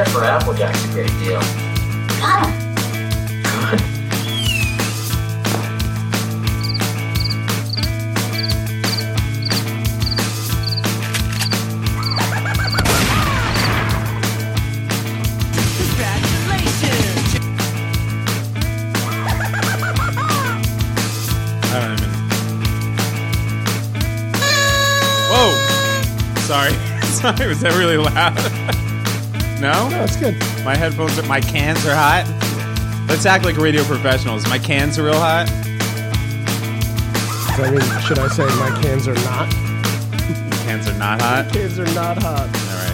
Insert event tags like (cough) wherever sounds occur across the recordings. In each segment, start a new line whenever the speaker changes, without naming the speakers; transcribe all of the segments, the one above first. Applejack's a great deal. Good.
Congratulations!
I don't even. Whoa! Sorry. (laughs) Sorry, was that really loud? (laughs) no?
That's good.
My headphones are. My cans are hot. Let's act like radio professionals. My cans are real hot.
I mean, should I say my cans are not?
My cans are not hot.
Cans are not
All
hot.
right.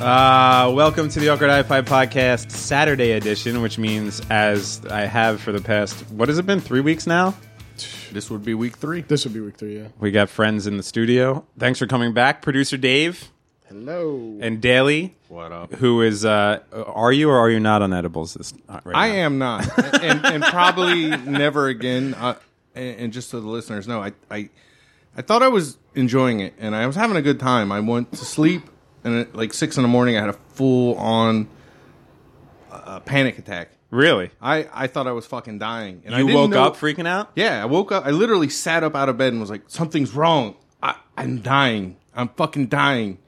Uh, welcome to the Awkward Hi-Fi Podcast Saturday edition, which means as I have for the past, what has it been, three weeks now?
This would be week three.
This would be week three, yeah.
We got friends in the studio. Thanks for coming back, producer Dave
Hello.
and Daly.
What up?
who is uh, are you or are you not on edibles this uh, right
I
now?
am not, and, and probably never again. Uh, and, and just so the listeners know, I, I I thought I was enjoying it, and I was having a good time. I went to sleep, and at like six in the morning, I had a full on uh, panic attack.
really
I, I thought I was fucking dying. And I
you
didn't
woke
know-
up freaking out
Yeah, I woke up. I literally sat up out of bed and was like, "Something's wrong. I, I'm dying. I'm fucking dying."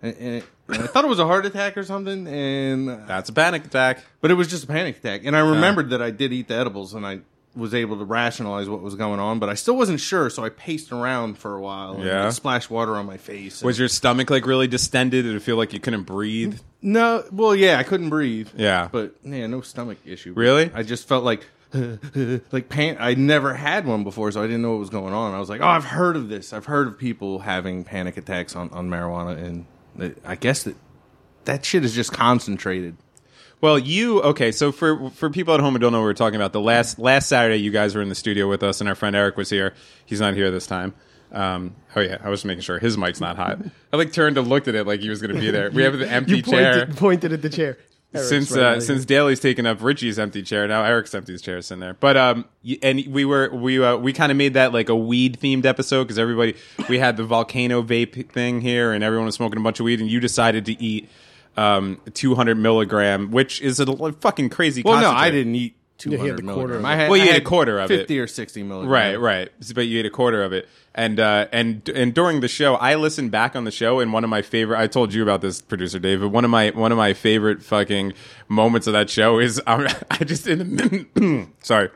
And, and- and I thought it was a heart attack or something, and
that's a panic attack
but it was just a panic attack. And I remembered that I did eat the edibles and I was able to rationalize what was going on, but I still wasn't sure, so I paced around for a while and
Yeah.
like, splashed water on my face. and-
was your stomach like really distended did it feel like you couldn't breathe
no, well, yeah, I couldn't breathe.
Yeah.
But yeah, no stomach issue.
Really?
I just felt like (laughs) like pan I never had one before, so I didn't know what was going on. I was like, "Oh, I've heard of this. I've heard of people having panic attacks on on marijuana and it- I guess that that shit is just concentrated.
well you okay so for for people at home who don't know what we're talking about the last last saturday you guys were in the studio with us and our friend eric was here he's not here this time um, oh yeah, I was just making sure his mic's not (laughs) hot. I like turned and looked at it like he was going to be there. We have the empty
You
chair.
pointed, pointed at the chair. Eric's
since
right
uh,
over
since Daly's taken up Richie's empty chair, now Eric's empty chair is in there. But um, y- and we were we uh, we kind of made that like a weed themed episode because everybody we had the volcano vape thing here, and everyone was smoking a bunch of weed, and you decided to eat um 200 milligram, which is a l- fucking crazy.
Well, no,
concentrate.
I didn't eat
had
200
a quarter
milligrams.
of
I
it.
had,
Well, you
I
ate a
had
quarter of it.
50 or 60 milligrams.
Right, right. But you ate a quarter of it, and uh, and and during the show, I listened back on the show, and one of my favorite. I told you about this, producer Dave. But one of my one of my favorite fucking moments of that show is um, (laughs) I just in the mid- (clears throat) sorry.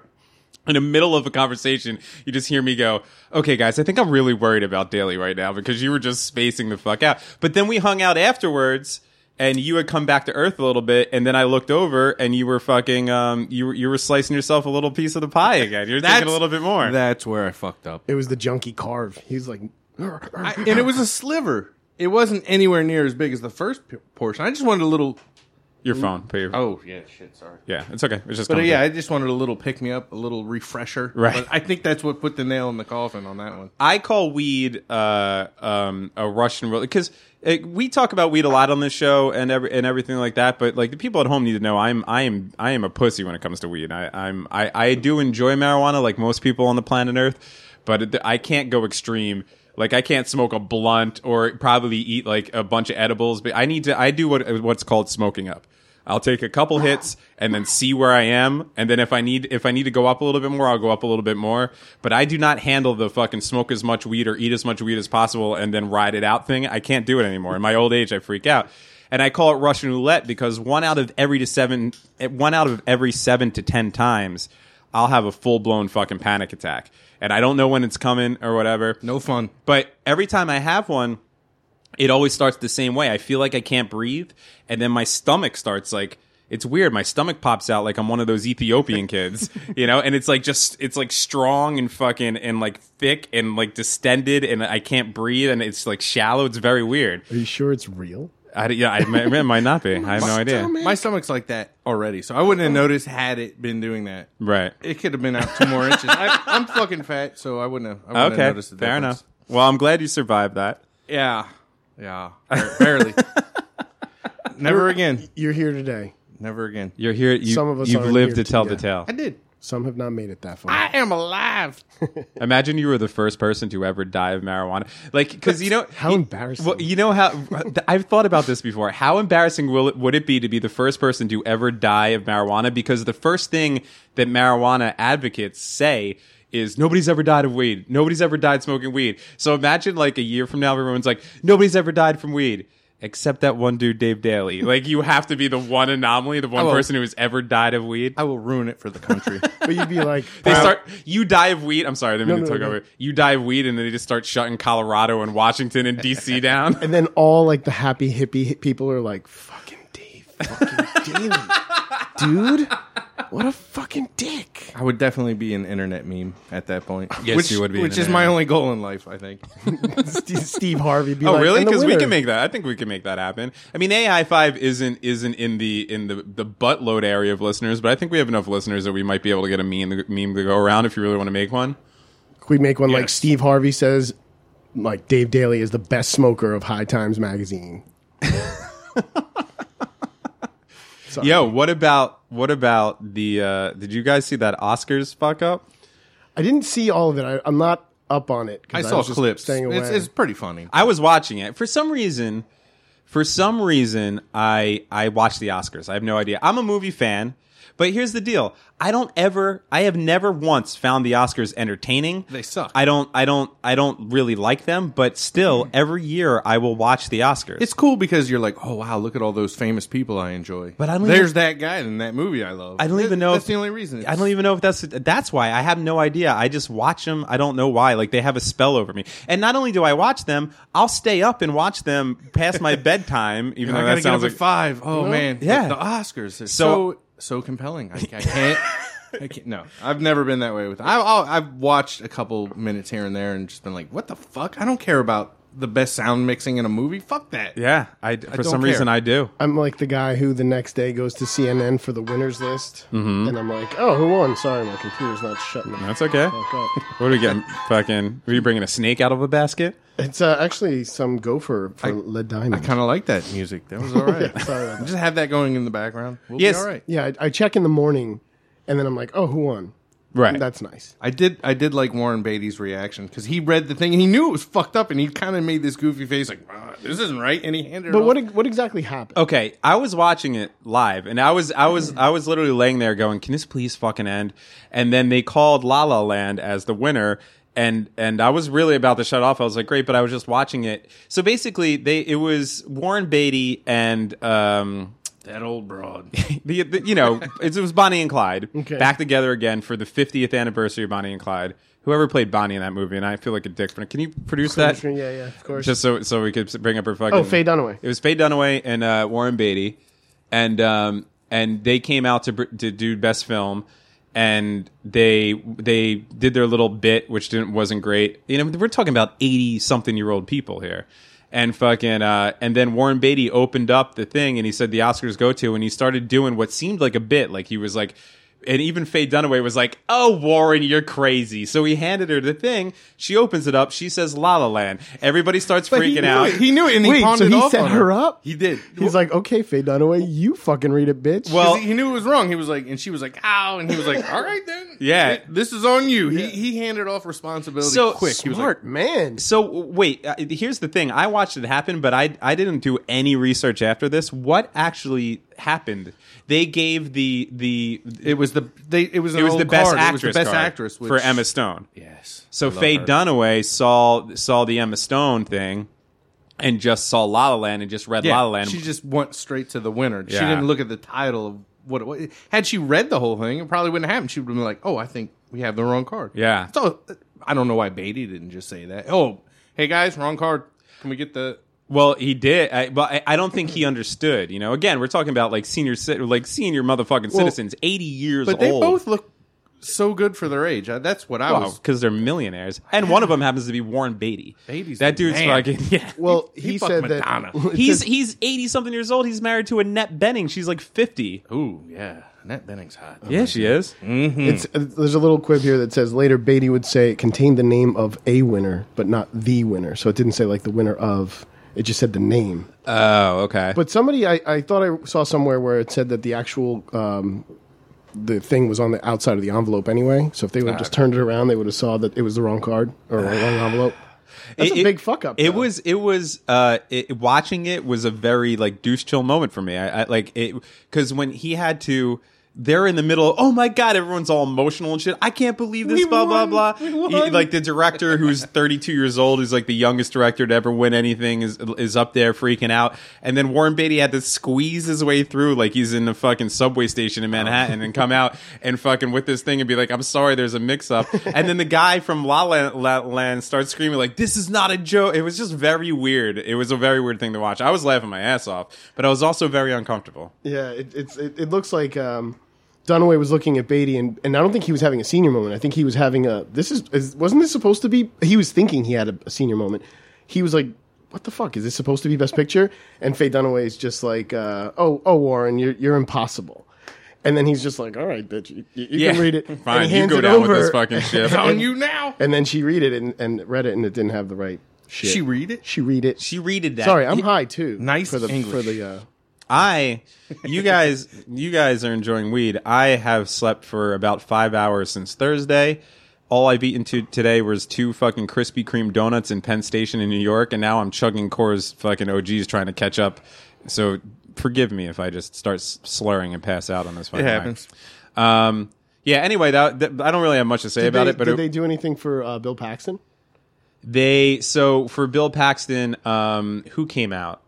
In the middle of a conversation, you just hear me go, "Okay, guys, I think I'm really worried about Daly right now because you were just spacing the fuck out." But then we hung out afterwards, and you had come back to earth a little bit, and then I looked over, and you were fucking, um, you were you were slicing yourself a little piece of the pie again. You're
That's
thinking a little bit more.
That's where I fucked up.
It was the junkie carve. He was like,
I, and (laughs) it was a sliver. It wasn't anywhere near as big as the first p- portion. I just wanted a little.
Your phone. Put your,
Oh yeah, shit. Sorry.
yeah, it's okay. It's just
But uh,
coming
yeah,
through.
I just wanted a little pick me up, a little refresher.
Right.
But I think that's what put the nail in the coffin on that one.
I call weed uh, um, a Russian roulette because we talk about weed a lot on this show and every, and everything like that. But like the people at home need to know, I'm I am I am a pussy when it comes to weed. I, I'm I, I do enjoy marijuana like most people on the planet Earth, but it, I can't go extreme. Like I can't smoke a blunt or probably eat like a bunch of edibles. But I need to. I do what what's called smoking up. I'll take a couple hits and then see where I am, and then if I need if I need to go up a little bit more, I'll go up a little bit more. But I do not handle the fucking smoke as much weed or eat as much weed as possible and then ride it out thing. I can't do it anymore. In my old age, I freak out, and I call it Russian roulette because one out of every to seven, one out of every seven to ten times, I'll have a full blown fucking panic attack, and I don't know when it's coming or whatever.
No fun.
But every time I have one, it always starts the same way. I feel like I can't breathe, and then my stomach starts like it's weird. My stomach pops out like I'm one of those Ethiopian kids, (laughs) you know, and it's like just it's like strong and fucking and like thick and like distended, and I can't breathe, and it's like shallow. It's very weird.
Are you sure it's real?
I, yeah, I, it might not be. I have no idea.
My stomach's like that already, so I wouldn't have noticed had it been doing that.
Right.
It could have been out two more inches. I, I'm fucking fat, so I wouldn't have. I wouldn't have
Okay.
noticed the
Fair
difference.
enough. Well, I'm glad you survived that.
Yeah. Yeah. Bar- Barely. Never again.
You're here today.
Never again.
You're here. You,
Some of us
you've
aren't
lived
here
to tell
to-
the tale.
I did.
Some have not made it that far.
I am alive.
Imagine you were the first person to ever die of marijuana. Like, because you know
How
you-
embarrassing.
Well, you know how I've thought about this before. How embarrassing will it would it be to be the first person to ever die of marijuana? Because the first thing that marijuana advocates say is nobody's ever died of weed. Nobody's ever died smoking weed. So imagine like a year from now, everyone's like nobody's ever died from weed. Except that one dude, Dave Daly. Like you have to be the one anomaly, the
Oh.
one
will-
person who has ever died of weed.
I will ruin it for the country.
but you'd be like,
They
wow.
start. You die of weed. I'm sorry, I didn't mean
No,
to
no,
talk
no.
over. You die of weed, and then they just start shutting Colorado and Washington and
(laughs)
DC down.
and then all like the happy hippie hi- people are like, fucking Dave,
(laughs)
fucking Daly, dude, what a fucking dick.
(laughs)
I would definitely be an internet meme at that point.
Yes,
which,
you would be an
Which is
internet
my
meme.
only goal in life, I think.
Steve, Steve Harvey. Be
(laughs) Oh
like,
really?
"And the
Because we
winner."
can make that. I think we can make that happen. I mean, AI five isn't isn't in the in the the buttload area of listeners, but I think we have enough listeners that we might be able to get a meme meme to go around if you really want to make one.
Can we make one like
Yes.
Steve Harvey says, like Dave Daly is the best smoker of High Times magazine. Sorry.
Yo, what about what about the? uh Did you guys see that Oscars fuck up?
I didn't see all of it. I, I'm not up on it. 'cause
I saw
was just
clips.
Staying away.
It's, it's pretty funny.
I was watching it for some reason. For some reason, I I watch the Oscars. I have no idea. I'm a movie fan, but here's the deal: I don't ever, I have never once found the Oscars entertaining.
They suck.
I don't, I don't, I don't really like them. But still, every year I will watch the Oscars.
Mm-hmm. It's cool because you're like, oh wow, look at all those famous people I enjoy.
But I don't
There's
even-
that guy in that movie I love.
I don't
That-
even know
That's
if-
the only reason.
I don't
It's-
even know if that's that's why I have no idea. I just watch them. I don't know why. Like they have a spell over me. And not only do I watch them, I'll stay up and watch them past
(laughs)
my bedtime. Even
I
though
gotta
that
get up
sounds like
at five. Oh man, the-
yeah.
The Oscars
So-
are so so, compelling. I, I can't.
(laughs)
I can't. No, I've never been that way with. I, I'll, I've watched a couple minutes here and there and just been like, what the fuck? I don't care about the best sound mixing in a movie. Fuck that.
yeah. I for
don't
some
care.
reason I do.
I'm like the guy who the next day goes to CNN for the winners list,
Mm-hmm.
and I'm like, oh, who won? Sorry, my computer's not shutting.
(laughs)
the
That's okay.
fuck up.
What are we getting? Fucking? Are you bringing a snake out of a basket?
It's uh, actually some gopher for lead diamond.
Kind of like that music.
(laughs)
That was all right.
Sorry about that.
(laughs) just have that going in the background. We'll
Yes.
be all right.
yeah, I, I check in the morning, and then I'm like, oh, who won?
Right.
That's nice.
I did. I did like Warren Beatty's reaction because he read the thing and he knew it was fucked up and he kind of made this goofy face like, "Ah, "This isn't right." And he handed. it
But what
off.
e- what exactly
Oh,
happened?
okay. I was watching it live, and I was, I was, I was literally laying there going, "Can this please fucking end?" And then they called La La Land as the winner. And and I was really about to shut off. I was like, great, but I was just watching it. So basically, they it was Warren Beatty and um,
that old broad?
the, the you
(laughs)
know it, it was Bonnie and Clyde
Okay.
back together again for the 50th anniversary of Bonnie and Clyde. Whoever played Bonnie in that movie, and I feel like a dick. But can you produce that?
yeah, yeah, of course.
just so so we could bring up her fucking.
Oh, Faye Dunaway.
It was Faye Dunaway and uh, Warren Beatty, and um, and they came out to br- to do best film, and they they did their little bit, which didn't wasn't great. You know, we're talking about eighty something year old people here. And fucking, uh, and then Warren Beatty opened up the thing and he said the Oscars go to, and he started doing what seemed like a bit. Like he was like, and even Faye Dunaway was like, "Oh, Warren, you're crazy." So he handed her the thing. She opens it up. She says "La La Land." Everybody starts
he
freaking
knew
out.
it. He knew it, and
Wait,
he pawned
so
it
he
off
set
on
her up?
He did.
He's like, okay, Faye Dunaway, you fucking read it, bitch.
Well-
he knew it was wrong. He was like, and she was like, "Ow!" And he was like, (laughs) "All right then,
Yeah.
Th- this is on you." He he handed off responsibility
So
quick. He was like,
smart man.
So wait, uh, here's the thing. I watched it happen, but I I didn't do any research after this. What actually happened? They gave the the
"It was the they it was an
it was
old
the best
card. It
actress
was the best
card
actress which,
for Emma Stone.
Yes. I
So
love
Faye
her.
Dunaway saw saw the Emma Stone thing and just saw La La Land and just read
Yeah,
La La Land.
she just went straight to the winner. She
Yeah.
didn't look at the title of what it was. Had she read the whole thing, it probably wouldn't happen. She would have been like, "Oh, I think we have the wrong card."
Yeah.
So I don't know why Beatty didn't just say that. Oh, hey guys, wrong card. Can we get the
Well, he did, I, but I, I don't think he understood. You know, again, we're talking about like senior, ci- like senior motherfucking citizens, eighty years
But they
old.
both look so good for their
Uh,
age. I, that's what I was.
because they're millionaires, and one of them happens to be Warren Beatty.
Beatty's
that
the
dude's
man.
fucking (laughs) yeah.
Well,
he
he,
fucked
said
Madonna.
that
He's he's eighty something years old. He's married to Annette Benning. She's like fifty.
(laughs) Ooh, yeah. Annette Benning's hot.
Yeah, she is.
Mm.
It's, uh, there's a little quib here that says later Beatty would say it contained the name of a winner, but not the winner. So it didn't say like the winner of. It just said the name.
Oh, okay.
But somebody, I, I thought I saw somewhere where it said that the actual um, the thing was on the outside of the envelope anyway. So if they would have just turned it around, they would have saw that it was the wrong card or the wrong envelope. That's
It-
a
it-
big fuck up.
It
though.
was. It was. Uh, it, watching it was a very like douche chill moment for me. I, I like it because when he had to. They're in the middle. Oh my god! Everyone's all emotional and shit. I can't believe this.
We
blah
won.
blah blah.
We won.
He- like the director, who's 32 years old, who's like the youngest director to ever win anything, is is up there freaking out. And then Warren Beatty had to squeeze his way through, like he's in a fucking subway station
Oh.
in Manhattan, and come out and fucking with this thing and be like, "I'm sorry, there's a mix
(laughs)
up." and then the guy from La La, La Land starts screaming like, "This is not a joke." It was just very weird. It was a very weird thing to watch. I was laughing my ass off, but I was also very uncomfortable.
Yeah, it, it's it, it looks like um, Dunaway was looking at Beatty, and, and I don't think he was having a senior moment. I think he was having a this is, is wasn't this supposed to be? He was thinking he had a, a senior moment. He was like, "What the fuck is this supposed to be Best Picture?" And Faye Dunaway is just like, uh, "Oh, oh, Warren, you're you're impossible." And then he's just like, "All right, bitch, you, you, you can read it." And
(laughs) Fine,
he
you
hands
go
it
down
over,
with this fucking
(laughs)
shit.
on you now.
And then she read it and, and read it, and it didn't have the right shit.
She read it?
She read it.
she readed that.
Sorry, I'm high too.
Nice
for the
English.
for the. Uh,
I, you guys, you guys are enjoying weed. I have slept for about five hours since Thursday. All I've eaten to today was two fucking Krispy Kreme donuts in Penn Station in New York, and now I'm chugging Coors fucking OGs trying to catch up. So forgive me if I just start s- slurring and pass out on this. Fucking
It
mic.
happens.
Um, yeah. Anyway, that, that- I don't really have much to say
did
about
they,
it, but
did
it-
they do anything for uh, Bill Paxton?
they so for Bill Paxton, um, who came out?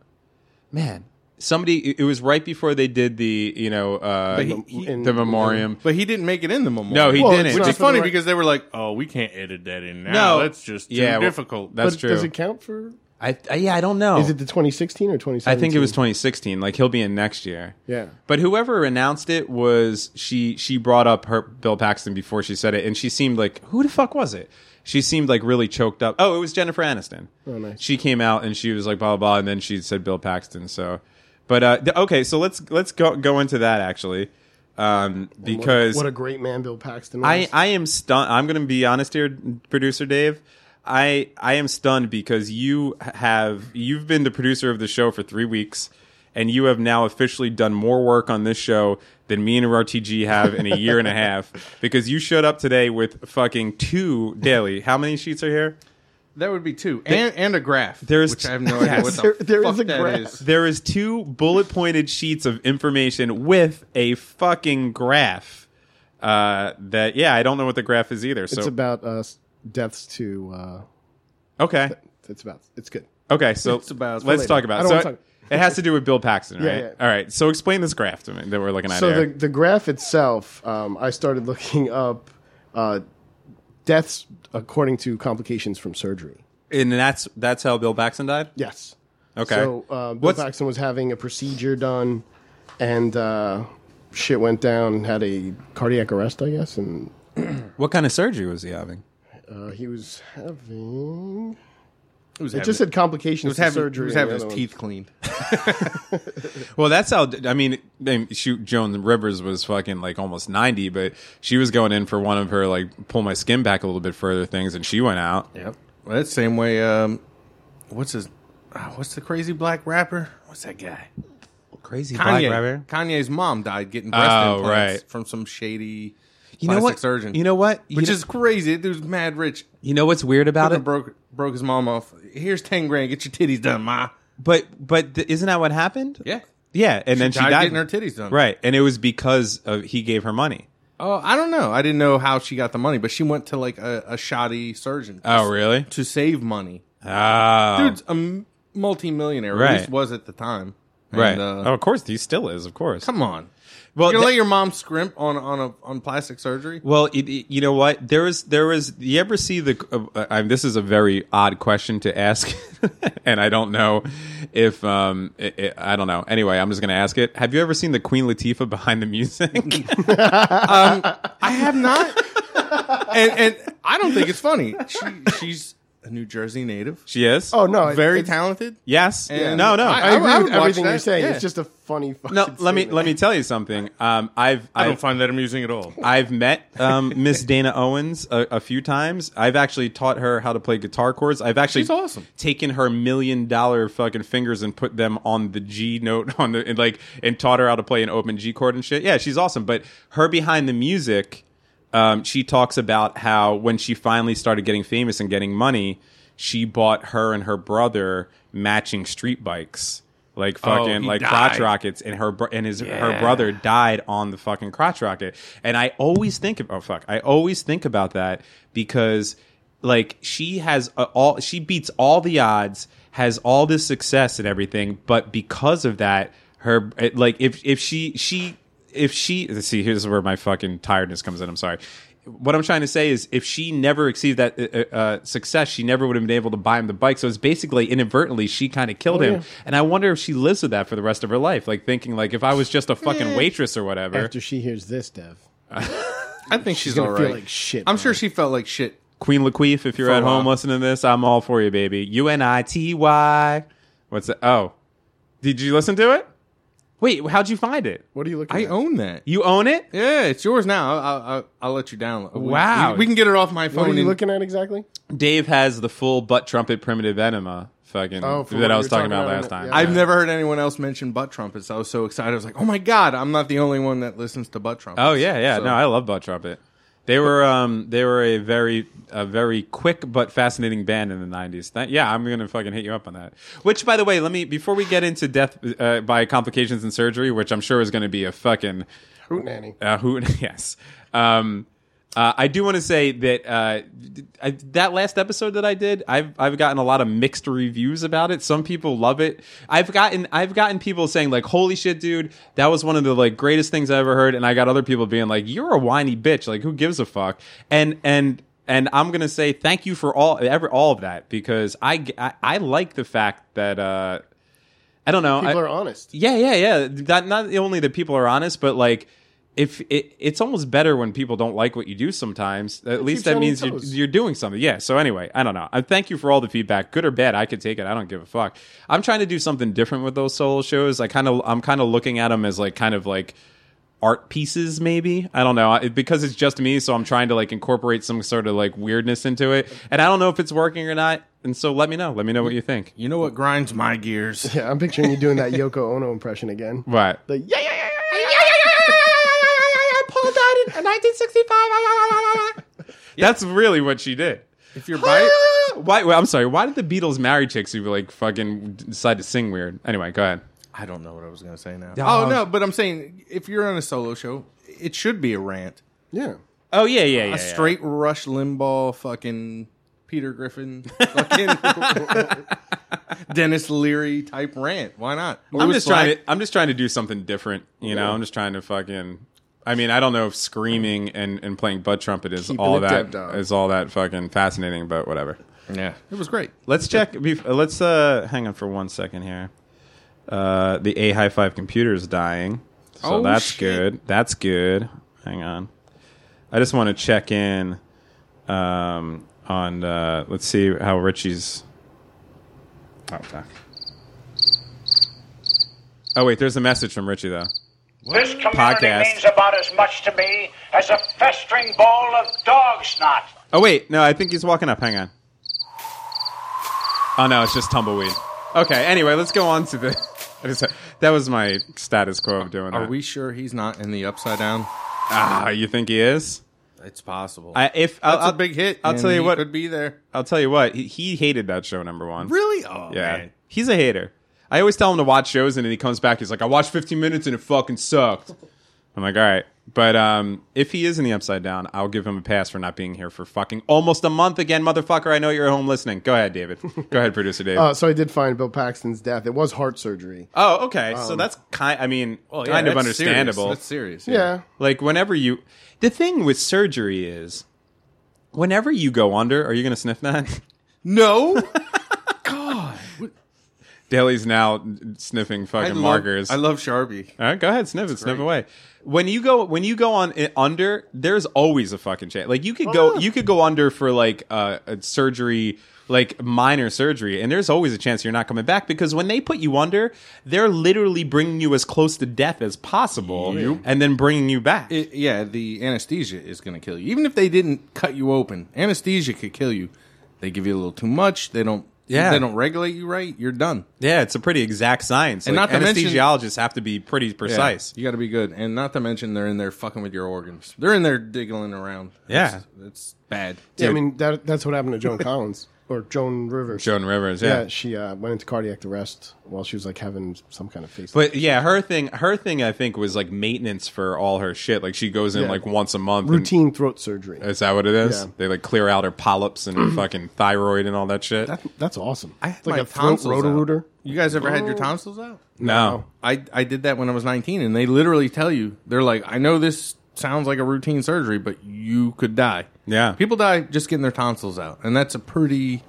Man, somebody. It it was right before they did the you know uh,
But he- he-
In-
the memorium.
But he didn't make it in the memorial.
No, he
Well,
didn't.
it's
Which
not
is
for the
funny
right-
because they were like, "Oh, we can't edit that in
Ah,
now.
No.
that's just too
Yeah, well,
difficult."
that's
But
true.
Does it count for?
I, I yeah, I don't know.
Is it the 2016 or
I
2017?
think it was 2016. Like he'll be in next year.
Yeah.
But whoever announced it was she. She brought up her Bill Paxton before she said it, and she seemed like who the fuck was it? She seemed like really choked up. Oh, it was Jennifer Aniston.
Oh, nice.
She came out and she was like blah blah, blah and then she said Bill Paxton. So, but uh, th- okay, so let's let's go go into that actually, um, because
what a great man Bill Paxton. Was.
I, I am stunned. I'm going to be honest here, producer Dave. I I am stunned because you have you've been the producer of the show for three weeks, and you have now officially done more work on this show than me and RTG have in a year and a half. (laughs) Because you showed up today with fucking two daily. How many sheets are here?
that would be two, and and a graph.
There's-
which I have no idea
Yes.
what the
There- there
fuck
is a
that
graph.
is.
There is two bullet pointed sheets of information with a fucking graph. Uh, that yeah, I don't know what the graph is either. So
it's about uh, deaths to. Uh,
okay,
it's about. It's good.
Okay, so
It's about-
let's
later.
talk
I
about it.
don't
So
wanna talk-
it has to do with Bill Paxton, right?
Yeah, yeah.
All right, so explain this graph to me that we're looking at
So
here.
the the graph itself, um, I started looking (laughs) up uh, deaths according to complications from surgery.
and that's that's how Bill Paxton died.
Yes.
Okay.
So uh, Bill
What's-
Paxton was having a procedure done, and uh, shit went down. Had a cardiac arrest, I guess, and
What kind of surgery was he having?
uh, he was having.
It was
It
having,
just said complications
was
from
having,
surgery.
he was
and
having
the
his
other one-
teeth cleaned.
Well, that's how. I mean, they- shoot, Joan Rivers was fucking like almost ninety, but she was going in for one of her like pull my skin back a little bit further things, and she went out.
Yep. Well, that's the same way. Um, what's his? ah, what's the crazy black rapper? What's that guy?
Crazy
Kanye. Kanye's mom died getting breast
Oh,
implants
right.
from some shady
You know
plastic
what?
surgeon.
You know what? You
Which
know,
is crazy. That dude's mad rich.
you know what's weird about
Couldn't
it.
have broke broke his mom off. Here's ten grand. Get your titties done, ma.
But but th- isn't that what happened?
Yeah.
Yeah, and then she died
getting her titties done.
Right, and it was because of he gave her money.
Oh, I don't know. I didn't know how she got the money, but she went to like a, a shoddy surgeon.
Oh, really?
To save money.
Ah,
Dude's a m- multimillionaire. Or
Right.
at least was at the time. And,
Right.
uh,
oh, of course, he still is. Of course.
Come on.
well,
You're gonna
th-
let your mom scrimp on on a, on plastic surgery?
well, it, it- you know what? There was there was. You ever see the? Uh, I, this is a very odd question to ask, (laughs) and I don't know if um i i I don't know. Anyway, I'm just gonna ask it. Have you ever seen the Queen Latifah behind the
(laughs)
music? (laughs)
I have not. and and I don't think it's funny. She, she's a New Jersey native.
She is.
Oh no, it-
Very
it's-
talented.
yes.
And-
no, no.
I-
I, agree
would
with
watch
everything
that,
you're saying.
yeah.
It's just a funny. Fucking
no, let me let me tell you something. Um, I've
I don't
I've-
find that amusing at all.
I've met um, Miss Dana Owens a, a few times. I've actually taught her how to play guitar chords. I've actually
She's awesome.
taken her million dollar fucking fingers and put them on the G note on the and like and taught her how to play an open G chord and shit. Yeah, she's awesome. But her behind the music, um, she talks about how when she finally started getting famous and getting money, she bought her and her brother matching street bikes. Like fucking
Oh, he
like
died.
crotch rockets and her br- and his her brother died on the fucking crotch rocket. And I always think of oh fuck, I always think about that because like she has a, all she beats all the odds, has all this success and everything, but because of that, her it- like if if she she if she let's see here's where my fucking tiredness comes in. I'm sorry. What I'm trying to say is, if she never exceeded that uh, uh, success, she never would have been able to buy him the bike. So it's basically inadvertently she kind of killed him. And I wonder if she lives with that for the rest of her life, like thinking like if I was just a fucking waitress or whatever.
after she hears this, Dev.
I think she's,
She's gonna
all
feel
right.
like shit,
I'm
bro.
sure she felt like shit.
Queen Laqueef, if you're
For a
at home
while.
listening to this, I'm all for you, baby. U N I T Y. What's that? Oh, did you listen to it? Wait, how'd you find it?
What are you looking?
I
at?
own that.
You own it?
Yeah, it's yours now. I'll, I'll, I'll let you download. We-
Wow.
we, we can get it off my phone.
What are you
and-
looking at exactly?
Dave has the full butt trumpet primitive enema fucking
Oh, for
that
what
I
we
was
were
talking about
talking
last
about in it,
time.
yeah.
I've never heard anyone else mention butt trumpets. I was so excited. I was like, oh my god, I'm not the only one that listens to butt trumpets.
Oh yeah, yeah.
So-
No, I love butt trumpet. They were um they were a very a very quick but fascinating band in the nineties. yeah, I'm gonna fucking hit you up on that. Which, by the way, let me before we get into death uh, by complications and surgery, which I'm sure is gonna be a fucking
Hoot nanny.
uh, who (laughs) yes. Um, uh, I do want to say that uh, I, that last episode that I did, I've I've gotten a lot of mixed reviews about it. Some people love it. I've gotten I've gotten people saying like, "Holy shit, dude, that was one of the like greatest things I ever heard," and I got other people being like, "You're a whiny bitch. Like, who gives a fuck?" And and and I'm gonna say thank you for all every all of that because I g- I, I like the fact that uh, I don't know I-
People are honest.
yeah, yeah, yeah. That not only that people are honest, but like if it, it's almost better when people don't like what you do sometimes. At least
keeps
that
you on your
means you're,
toes.
you're doing something. Yeah. So anyway, I don't know. I thank you for all the feedback, good or bad. I could take it. I don't give a fuck. I'm trying to do something different with those solo shows. I kind of I'm kind of looking at them as like kind of like art pieces maybe i don't know I- because it's just me so i'm trying to like incorporate some sort of like weirdness into it and i don't know if it's working or not and so let me know let me know what you think
You know what grinds my gears?
Yeah, I'm picturing you doing that Yoko Ono impression (laughs) again.
right
The yeah, yeah, yeah, yeah, yeah, yeah.
Paul died in 1965. That's really what she did.
(laughs) If you're bi-
Why? Well, I'm sorry. Why did the Beatles marry chicks who like fucking decide to sing weird? Anyway, go ahead.
(laughs) I don't know what I was going to say now.
Oh.
Oh no, but I'm saying if you're on a solo show, it should be a rant,
Yeah.
Oh yeah, yeah, yeah.
a straight Rush Limbaugh, fucking Peter Griffin, (laughs) fucking Dennis Leary type rant. Why not?
I'm
Louis
just trying
Black-
to. I'm just trying to do something different. You know, I'm just trying to fucking. I mean, I don't know if screaming and, and playing butt trumpet is
Keeping
all
it
that
dead dog.
is all that fucking fascinating, but whatever.
Yeah, it was great.
Let's check. bef- uh, Let's uh, hang on for one second here. Uh, the A High Five computer is dying, so
Oh,
that's
shit.
good. That's good. Hang on. I just want to check in um, on. Uh, let's see how Richie's. Oh fuck. Oh wait, there's a message from Richie though.
This community
Podcast.
means about as much to me as a festering ball of dog snot.
Oh wait, no, I think he's walking up. Hang on. Oh no, it's just tumbleweed. Okay. Anyway, let's go on to the. (laughs) I just- that was my status quo of doing
Are
that.
we sure he's not in the upside down?
Ah, you think he is?
It's possible.
I, if
That's
I'll,
a big hit.
I'll
and
tell you
he
what.
could be there.
I'll tell you what. He, he hated that show number one.
Really? Oh,
Yeah. He's a hater. I always tell him to watch shows, and then he comes back. He's like, "I watched 15 minutes, and it fucking sucked." I'm like, "All right." But um, if he is in the upside down, I'll give him a pass for not being here for fucking almost a month again, motherfucker. I know you're at home listening. Go ahead, David. Go ahead, producer David.
Uh, so I did find Bill Paxton's death. It was heart surgery.
Oh, okay. so that's kind. I mean, kind of understandable.
That's serious.
Yeah.
Like whenever you, the thing with surgery is, whenever
(laughs)
you go under, are you going to sniff that?
No.
(laughs) Daly's now sniffing fucking
love-
markers.
I love Sharpie.
All right, go ahead, sniff it, sniff away. When you go, when you go on i- under, there's always a fucking chance. Like you could go,
Oh.
you could go under for like uh, a surgery, like minor surgery, and there's always a chance you're not coming back because when they put you under, they're literally bringing you as close to death as possible, and then bringing you back.
It- yeah, the anesthesia is going to kill you. Even if they didn't cut you open, anesthesia could kill you. They give you a little too much. They don't.
Yeah.
they don't regulate you right. You're done.
yeah, it's a pretty exact science,
And
Like,
not to mention-
anesthesiologists have to be pretty precise.
You got to be good, and not to mention they're in there fucking with your organs. They're in there diggling around.
Yeah.
That's- that's bad.
Yeah, I mean that that's what happened to Joan Collins or Joan Rivers.
Joan Rivers,
yeah.
yeah.
she uh, went into cardiac arrest while she was like having some kind of face.
But yeah, her thing, her thing, I think was like maintenance for all her shit. Like she goes in
Yeah.
like once a month, and-
routine throat surgery.
Is that what it is?
Yeah.
They like clear out her polyps and
(clears throat)
her fucking thyroid and all that shit.
That, that's awesome.
I
It's
had
like
my
a throat
tonsils out.
rotarooter.
You guys ever had your tonsils out?
no.
I I did that when I was 19, and they literally tell you they're like, I know this sounds like a routine surgery, but you could die.
Yeah.
people die just getting their tonsils out, and that's a pretty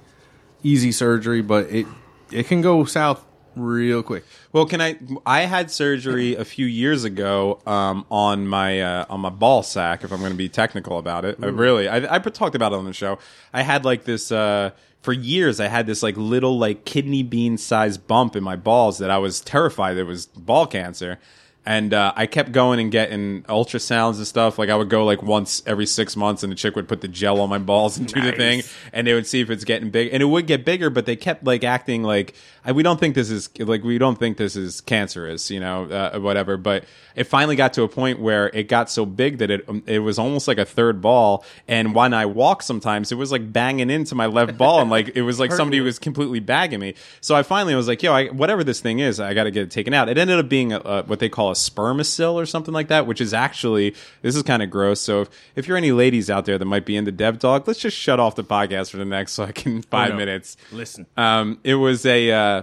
easy surgery, but it it can go south real quick.
Well, can I? I had surgery a few years ago um, on my uh, on my ball sack. If I'm going to be technical about it,
Mm.
I really, I, I talked about it on the show. I had like this uh, for years. I had this like little like kidney bean sized bump in my balls that I was terrified it was ball cancer. And uh, I kept going and getting ultrasounds and stuff. Like I would go like once every six months, and the chick would put the gel on my balls and do the thing, and they would see if it's getting big, and it would get bigger. But they kept like acting like I, we don't think this is like we don't think this is cancerous, you know, uh, whatever. But it finally got to a point where it got so big that it um, it was almost like a third ball, and when I walk sometimes, it was like banging into my left ball, and like it was like somebody was completely bagging me. So I finally was like, yo, I, whatever this thing is, I got to get it taken out. It ended up being a, a, what they call a spermacil or something like that, which is actually, this is kind of gross. So if, if you're any ladies out there that might be into Dev Dog, let's just shut off the podcast for the next fucking (laughs) five
no.
minutes.
Listen.
Um, it was a, uh,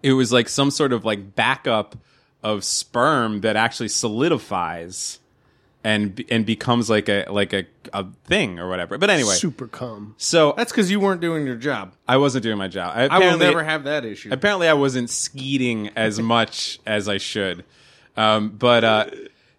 it was like some sort of like backup of sperm that actually solidifies and, be- and becomes like a, like a, a thing or whatever. But anyway,
Super cum.
so
That's because you weren't doing your job.
I wasn't doing my job.
I will
apparently-
never have that issue.
apparently I wasn't skeeting as much as I should. Um, but uh,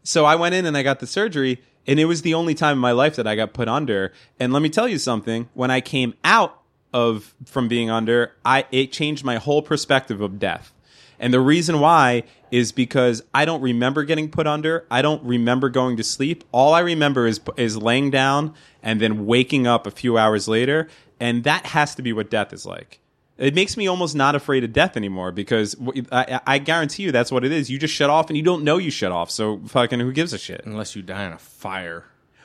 so I went in and I got the surgery, and it was the only time in my life that I got put under. And let me tell you something: when I came out of from being under, I it changed my whole perspective of death. And the reason why is because I don't remember getting put under. I don't remember going to sleep. All I remember is is laying down and then waking up a few hours later. And that has to be what death is like. It makes me almost not afraid of death anymore because w- I, I guarantee you that's what it is. You just shut off and you don't know you shut off. So fucking who gives a shit?
Unless you die in a fire,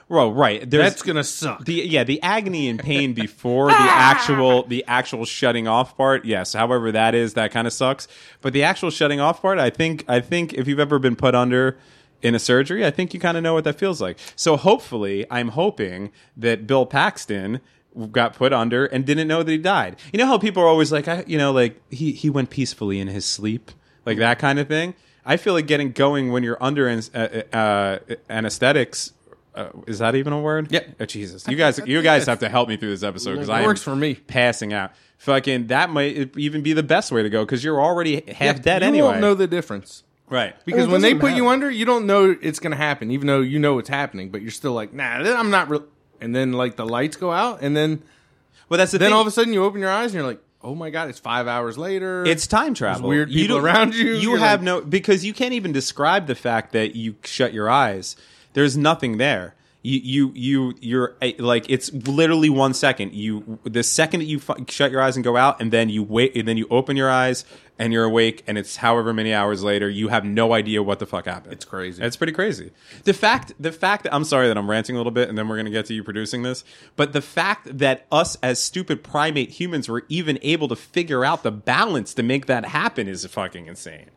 Well, right. There's,
Mm. that's gonna suck.
the yeah the agony and pain before the actual the actual shutting off part yes however that is that kind of sucks but the actual shutting off part i think i think if you've ever been put under in a surgery i think you kind of know what that feels like so hopefully i'm hoping that bill paxton got put under and didn't know that he died you know how people are always like I, you know like he he went peacefully in his sleep like that kind of thing i feel like getting going when you're under an- uh, uh, anesthetics uh, is that even a word?
Yeah.
Oh, Jesus, you guys, you guys have to help me through this episode because I am
works for me.
Passing out, fucking that might even be the best way to go because you're already half dead
you
anyway.
won't know the difference.
right?
Because
it
when they
doesn't
put you
matter.
under, you don't know it's going to happen, even though you know it's happening. But you're still like, nah, th- I'm not real. And then like the lights go out, and then
Well, that's the
then
thing.
all of a sudden you open your eyes and you're like, oh my god, it's five hours later.
It's time travel.
weird
You
people
don't-
around you.
You
You're
have
like-
no because you can't even describe the fact that you shut your eyes. There's nothing there. You you you you're eh, like it's literally one second. You the second that you fu- shut your eyes and go out, and then you wait, and then you open your eyes and you're awake, and it's however many hours later. You have no idea what the fuck happened.
It's crazy.
It's pretty crazy. The fact the fact that I'm sorry that I'm ranting a little bit, and then we're gonna get to you producing this, but the fact that us as stupid primate humans were even able to figure out the balance to make that happen is fucking insane.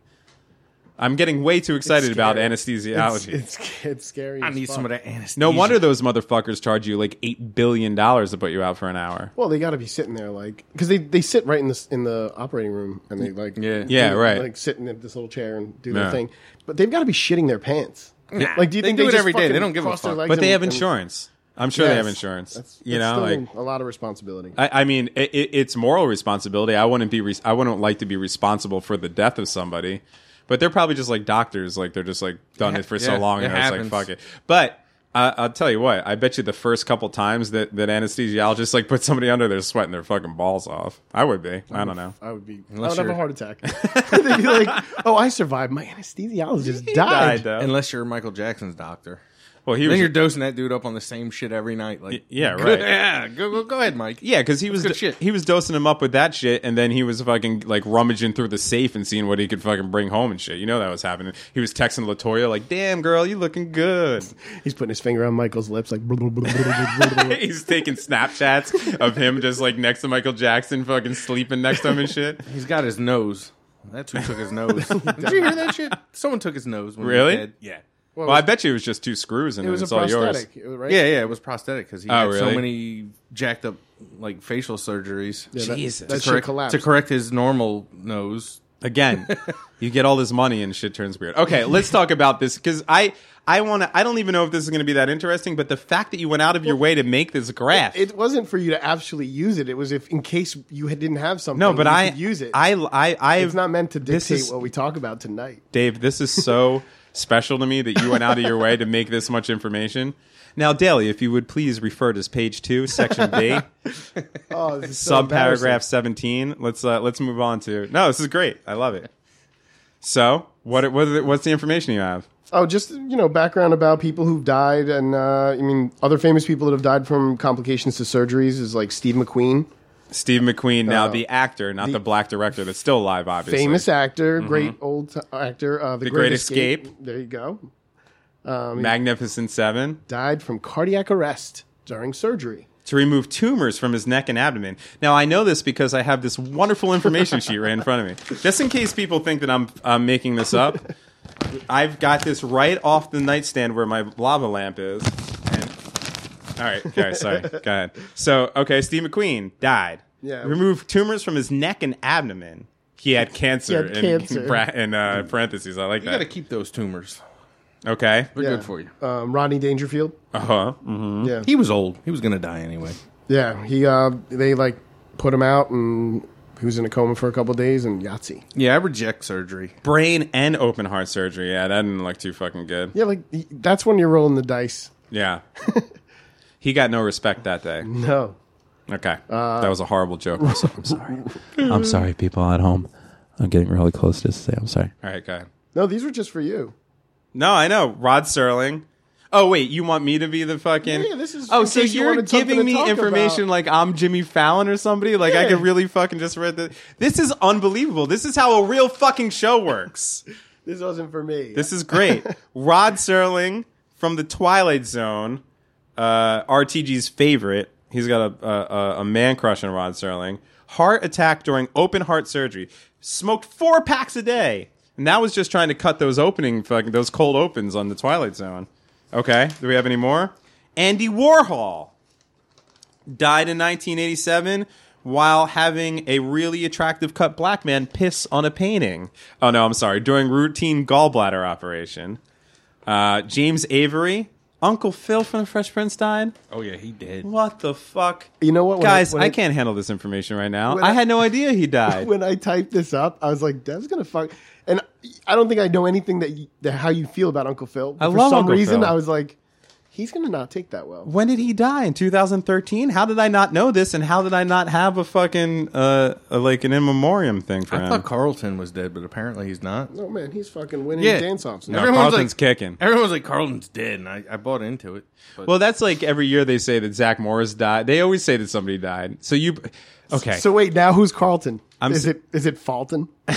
I'm getting way too excited about
It's,
anesthesiology.
it's, it's scary.
I
as
need
fuck.
some of that anesthesia.
no wonder those motherfuckers charge you like eight billion dollars to put you out for an hour.
Well, they got to be sitting there like because they, they sit right in this in the operating room and they like
Yeah.
Yeah, right.
like sit in this little chair and do
Yeah.
their thing, but they've got to be shitting their pants.
Yeah.
Like, do you
They
think
do
they
it
just
every day. They
fucking
don't give a
cross their
fuck.
legs
But they
and-
have
and-
insurance. I'm sure they have
Yes.
insurance.
That's,
you
that's
know,
still
like
a lot of responsibility.
I, I mean, it, it, it's moral responsibility. I wouldn't be. Re- I wouldn't like to be responsible for the death of somebody, but they're probably just like doctors. Like they're just like done it for so
yeah,
long, and
it
it's like
happens.
fuck it. But I, I'll tell you what. I bet you the first couple times that that anesthesiologist like put somebody under, they're sweating their fucking balls off. I would be. I don't know.
I would be.
Unless
I would have a
you're-
heart
(laughs)
attack. (laughs) They'd be like, "Oh, I survived. My anesthesiologist
(laughs)
died."
Died, though.
Unless you're Michael Jackson's doctor.
well, he
Then
was.
you're dosing that dude up on the same shit every night. Like, (laughs)
yeah,
go-
right.
Yeah, go, go, go ahead, Mike.
Yeah, because he was
good shit.
he was dosing him up with that shit, and then he was fucking like rummaging through the safe and seeing what he could fucking bring home and shit. You know that was happening. He was texting Latoya like, "Damn girl, you looking good." (laughs)
He's putting his finger on Michael's lips, like. (laughs) "Blah, blah, blah, blah, blah, blah, blah."
He's taking Snapchats of him just like next to Michael Jackson, fucking sleeping next to him and
(laughs)
shit.
He's got his nose. That's who (laughs) took his nose. Did you hear that shit? Someone took his nose. When he was
Really?
dead. Yeah.
Well, I bet you it was just two screws and
it was a
it's all yours.
prosthetic, (laughs) right?
Yeah, yeah, it was prosthetic because he had so
really?
many jacked up like facial surgeries
Yeah, that-
Jesus.
that,
To
shit
correct,
collapsed.
to correct his normal nose.
Again, you get all this money and shit turns weird. Okay, let's talk about this because I I want to. I don't even know if this is going to be that interesting, but the fact that you went out of your way to make this graph.
It wasn't for you to actually use it. It was if in case you had- didn't have something.
no, but
you
I
could use it.
I I I
it's not meant to
this
dictate
is-
what we talk about tonight.
Dave, this is
(laughs)
so special to me that you went out of your way to make this much information. Now, Daly, if you would please refer to page two, section B,
Oh, this is (laughs) so
sub paragraph
embarrassing.
seventeen. Let's uh, let's move on to. No, this is great. I love it. So, what what is it- what's the information you have?
Oh, just you know, background about people who've died, and uh, I mean, other famous people that have died from complications to surgeries is like Steve McQueen,
Steve McQueen, now
Uh,
the actor, not the, black director, that's still alive, obviously.
famous actor, great old t- actor, uh, the,
Great
Great Escape.
Escape.
There you go.
Magnificent Seven.
Died from cardiac arrest during surgery.
to remove tumors from his neck and abdomen. Now I know this because I have this wonderful information sheet right in front of me. Just in case people think that I'm I'm making this up, I've got this right off the nightstand where my lava lamp is. And, all right, guys, sorry. Go ahead. So, okay, Steve McQueen died.
Yeah.
Removed tumors from his neck and abdomen. He had cancer.
He had
in,
cancer.
bra- in, uh, parentheses, I like
You got to
that.
keep those tumors.
Okay.
They're
Yeah.
good for you.
Um, Rodney Dangerfield.
Uh huh.
Yeah,
He was old. He was gonna die anyway.
yeah. He uh, they like put him out, and he was in a coma for a couple days. And Yahtzee.
Yeah, I reject surgery.
Brain and open heart surgery. Yeah, that didn't look too fucking good.
Yeah, like he- that's when you're rolling the dice.
Yeah. he got no respect that day.
No.
Okay.
Uh,
that was a horrible joke. I'm, so, I'm sorry. (laughs) I'm sorry, people at home. I'm getting really close to say I'm sorry. All right, go ahead.
No, these were just for you.
No, I know. Rod Serling. Oh, wait. You want me to be the fucking.
Yeah, this is
Oh,
in
so
case you
you're
wanted something
giving
to
me
talk
information
about.
like I'm Jimmy Fallon or somebody? Like, I
Yeah.
could really fucking just read the. This is unbelievable. This is how a real fucking show works.
This wasn't for me.
This is great. Rod Serling from the Twilight Zone, uh, RTG's favorite. He's got a, a a- a man crush on Rod Serling. Heart attack during open heart surgery. Smoked four packs a day, and that was just trying to cut those opening fucking those cold opens on the Twilight Zone. Okay, do we have any more? Andy Warhol died in 1987 while having a really attractive cut black man piss on a painting. Oh no, I'm sorry, during routine gallbladder operation. Uh, James Avery, Uncle Phil from The Fresh Prince died.
Oh yeah, he did.
What the fuck?
You know what, when
guys?
I- when
I
I-
can't handle this information right now.
When
I
I-
had no idea he died.
(laughs) when I typed this up, I was like, "Dev's gonna fuck," and I don't think I know anything that, you, that how you feel about Uncle Phil.
I
for
love
some
Uncle
reason,
Phil.
I was like, "He's gonna not take that well."
when did he die? In 2013? How did I not know this? And how did I not have a fucking uh, a, like an in memoriam thing for
I
him?
thought Carlton was dead, but apparently he's not.
Oh man, he's fucking winning
Yeah.
dance offs.
No,
Everyone's
Carlton's
like-
kicking.
Everyone's like Carlton's dead, and I, I bought into it. But
Well, that's like every year they say that Zach Morris died. They always say that somebody died. So you, okay?
So wait, now who's Carlton?
I'm
is
s-
it is it Fulton? (laughs)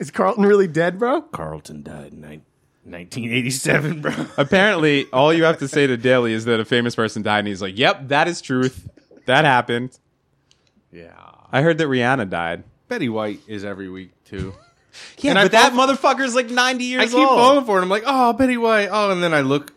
is Carlton really dead, bro?
Carlton died in nine- 1987, (laughs) bro.
apparently, all you have to say to Daly is that a famous person died, and he's like, "Yep, that is truth. That happened."
yeah.
I heard that Rihanna died.
Betty White is every week (laughs) too.
Yeah,
I
but that motherfucker's like ninety
I
years
keep
old.
falling for it. I'm like, oh, Betty White. Oh, and then I look,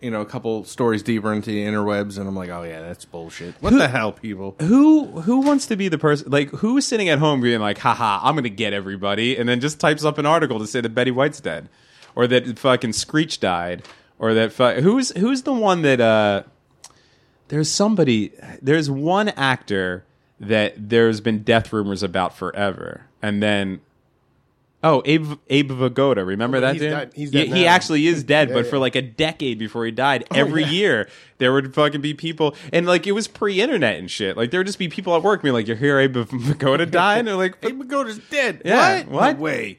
you know, a couple stories deeper into the interwebs, and I'm like, oh yeah, that's bullshit. What the hell, people?
Who who wants to be the person? Like, who's sitting at home being like, "Haha, I'm gonna get everybody," and then just types up an article to say that Betty White's dead, or that fucking Screech died. or that fu- who's who's the one that uh there's somebody there's one actor that there's been death rumors about forever and then oh abe abe vigoda remember
Oh,
that
he's
dude
dead. He's dead
Yeah, he
now.
actually
(laughs)
is dead but
yeah. Oh,
for like a decade before he died every year there would fucking be people and like it was pre-internet and shit like there would just be people at work being like you hear abe (laughs) vigoda died and they're like
Abe Pagoda's dead.
Yeah,
What?
what?
No way.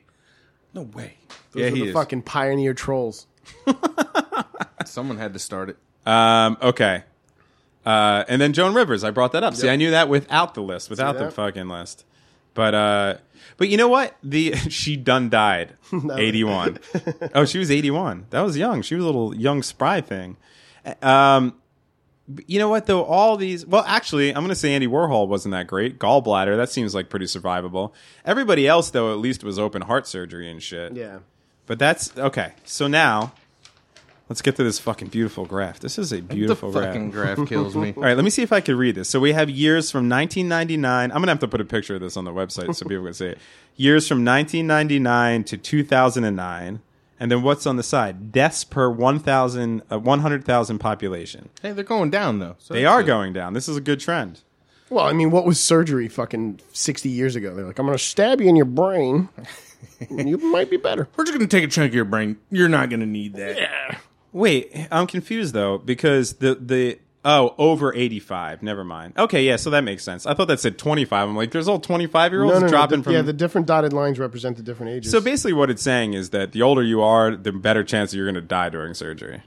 No way.
Those
yeah,
are
he
the
is.
fucking pioneer trolls.
Someone had to start it.
Um, okay. Uh, and then Joan Rivers, I brought that up. See, I knew that without the list, without the
that?
fucking list. But uh, but you know what? The (laughs) she done
(laughs)
died, eighty one. oh, she was eighty one. That was young. She was a little young spry thing. Um, but you know what though? All these. Well, actually, I'm gonna say Andy Warhol wasn't that great. Gallbladder. That seems like pretty survivable. Everybody else though, at least was open heart surgery and shit.
Yeah.
But that's okay. So now, let's get to this fucking beautiful graph. This is a beautiful
the
graph.
fucking graph kills (laughs) me.
All right, let me see if I can read this. So we have years from 1999. I'm gonna have to put a picture of this on the website so people can
(laughs)
see it. Years from 1999 to 2009, and then what's on the side? Deaths per 1,000 uh, 100,000 population.
Hey, they're going down though. So
They
that's
are
good.
going down. This is a good trend.
Well, I mean, what was surgery fucking 60 years ago? They're like, I'm going to stab you in
(laughs)
your brain. you might be better.
We're just going to take a chunk of your brain. You're not going to need that. Yeah.
Wait, I'm confused though because the the oh over 85. Never mind. Okay, yeah, so that makes sense. I thought that said 25. I'm like, there's all 25 year olds dropping
the-
from
yeah, the different dotted lines represent the different ages.
So basically, what it's saying is that the older you are, the better chance that you're going to die during surgery.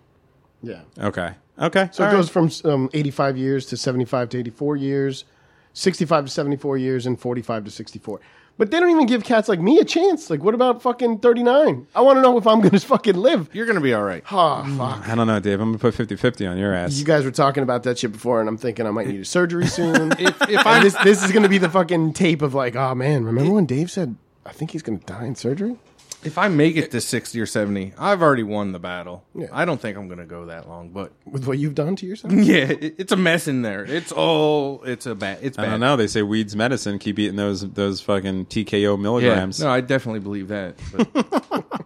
yeah.
Okay. Okay.
So it goes from um, 85 years to 75 to 84 years, 65 to 74 years, and 45 to 64. But they don't even give cats like me a chance. Like, what about fucking 39? I want to know if I'm going to (laughs) fucking live.
You're going to be all right.
Oh, fuck.
I don't know, Dave. I'm going to put 50-50 on your ass.
You guys were talking about that shit before, and I'm thinking I might need a surgery soon.
(laughs) If, if
And
I'm
this, this is going to be the fucking tape of like, oh man, remember when Dave said, I think he's going to die in surgery?
if I make it to 60 or 70, I've already won the battle.
Yeah.
I don't think I'm going to go that long, but
With what you've done to yourself?
yeah, it, it's a mess in there. It's all it's a bad it's
I
bad.
don't know. They say weeds medicine. Keep eating those those fucking TKO
Yeah.
milligrams.
No, I definitely believe that. But (laughs)